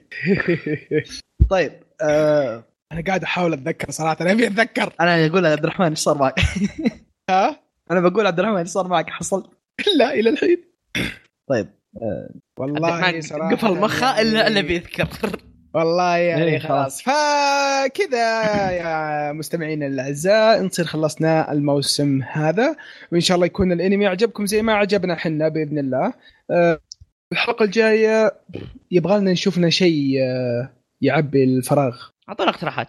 Speaker 3: طيب آه
Speaker 1: انا قاعد احاول اتذكر صراحه انا ابي اتذكر
Speaker 3: انا اقول عبد الرحمن ايش صار معك؟
Speaker 1: ها
Speaker 3: انا بقول عبد الرحمن ايش صار معك حصلت؟
Speaker 1: لا الى الحين
Speaker 3: طيب
Speaker 2: ما
Speaker 1: آه، والله صراحه
Speaker 2: قفل مخه الا الا
Speaker 1: يعني-
Speaker 2: بيذكر
Speaker 1: والله يعني
Speaker 3: إيه،
Speaker 1: خلاص
Speaker 3: خلاص.
Speaker 1: فكذا يا مستمعينا الاعزاء نصير خلصنا الموسم هذا وان شاء الله يكون الانمي عجبكم زي ما عجبنا حنا باذن الله آه، الحلقه الجايه يبغى لنا نشوف لنا شيء آه، يعبي الفراغ
Speaker 2: اعطونا اقتراحات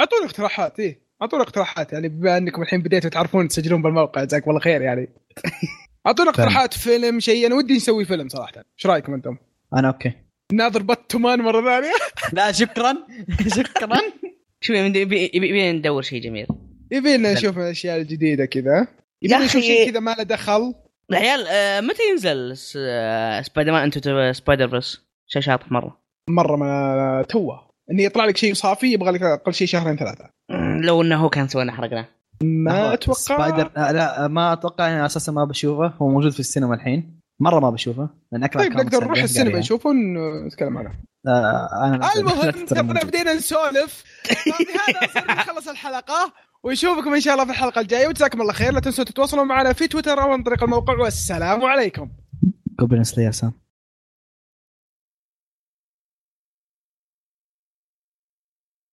Speaker 1: اعطونا اقتراحات ايه اعطونا اقتراحات يعني بما انكم الحين بديتوا تعرفون تسجلون بالموقع جزاكم الله خير يعني اعطونا اقتراحات فيلم شيء انا ودي نسوي فيلم صراحه ايش رايكم انتم؟
Speaker 3: انا اوكي
Speaker 1: ناظر باتمان مره ثانيه
Speaker 3: لا شكرا شكرا
Speaker 2: شوف يبي- يبي- يبي يبي ندور شيء جميل
Speaker 1: يبي لنا نشوف الاشياء الجديده كذا يبي لنا نشوف
Speaker 2: أخي.
Speaker 1: شيء كذا ما له دخل
Speaker 2: العيال آه، متى ينزل س- آه، سبايدر مان انتو سبايدر فيرس شيء شاطح مره
Speaker 1: مره
Speaker 3: آه،
Speaker 1: ما توه انه يطلع لك شيء صافي يبغى لك اقل شيء شهرين ثلاثه
Speaker 2: مم، آه، لو انه هو كان سوينا حرقناه
Speaker 1: ما اتوقع
Speaker 3: سبايدر آه، لا آه، ما اتوقع انا اساسا ما بشوفه هو موجود في السينما الحين مره ما بشوفه لان اكره
Speaker 1: طيب
Speaker 3: كوميكس
Speaker 1: نقدر نروح
Speaker 3: أبيض
Speaker 1: السينما
Speaker 3: قاريها.
Speaker 1: نشوفه ونتكلم عنه
Speaker 3: آه، انا
Speaker 1: المهم
Speaker 3: يعني. أكثر من
Speaker 1: قبل
Speaker 3: موجود.
Speaker 1: بدينا نسولف طيب، فبهذا صرنا نخلص الحلقه ونشوفكم ان شاء الله في الحلقه الجايه وجزاكم الله خير لا تنسوا تتواصلوا معنا في تويتر او عن طريق الموقع والسلام عليكم
Speaker 3: قبل نسلي يا سام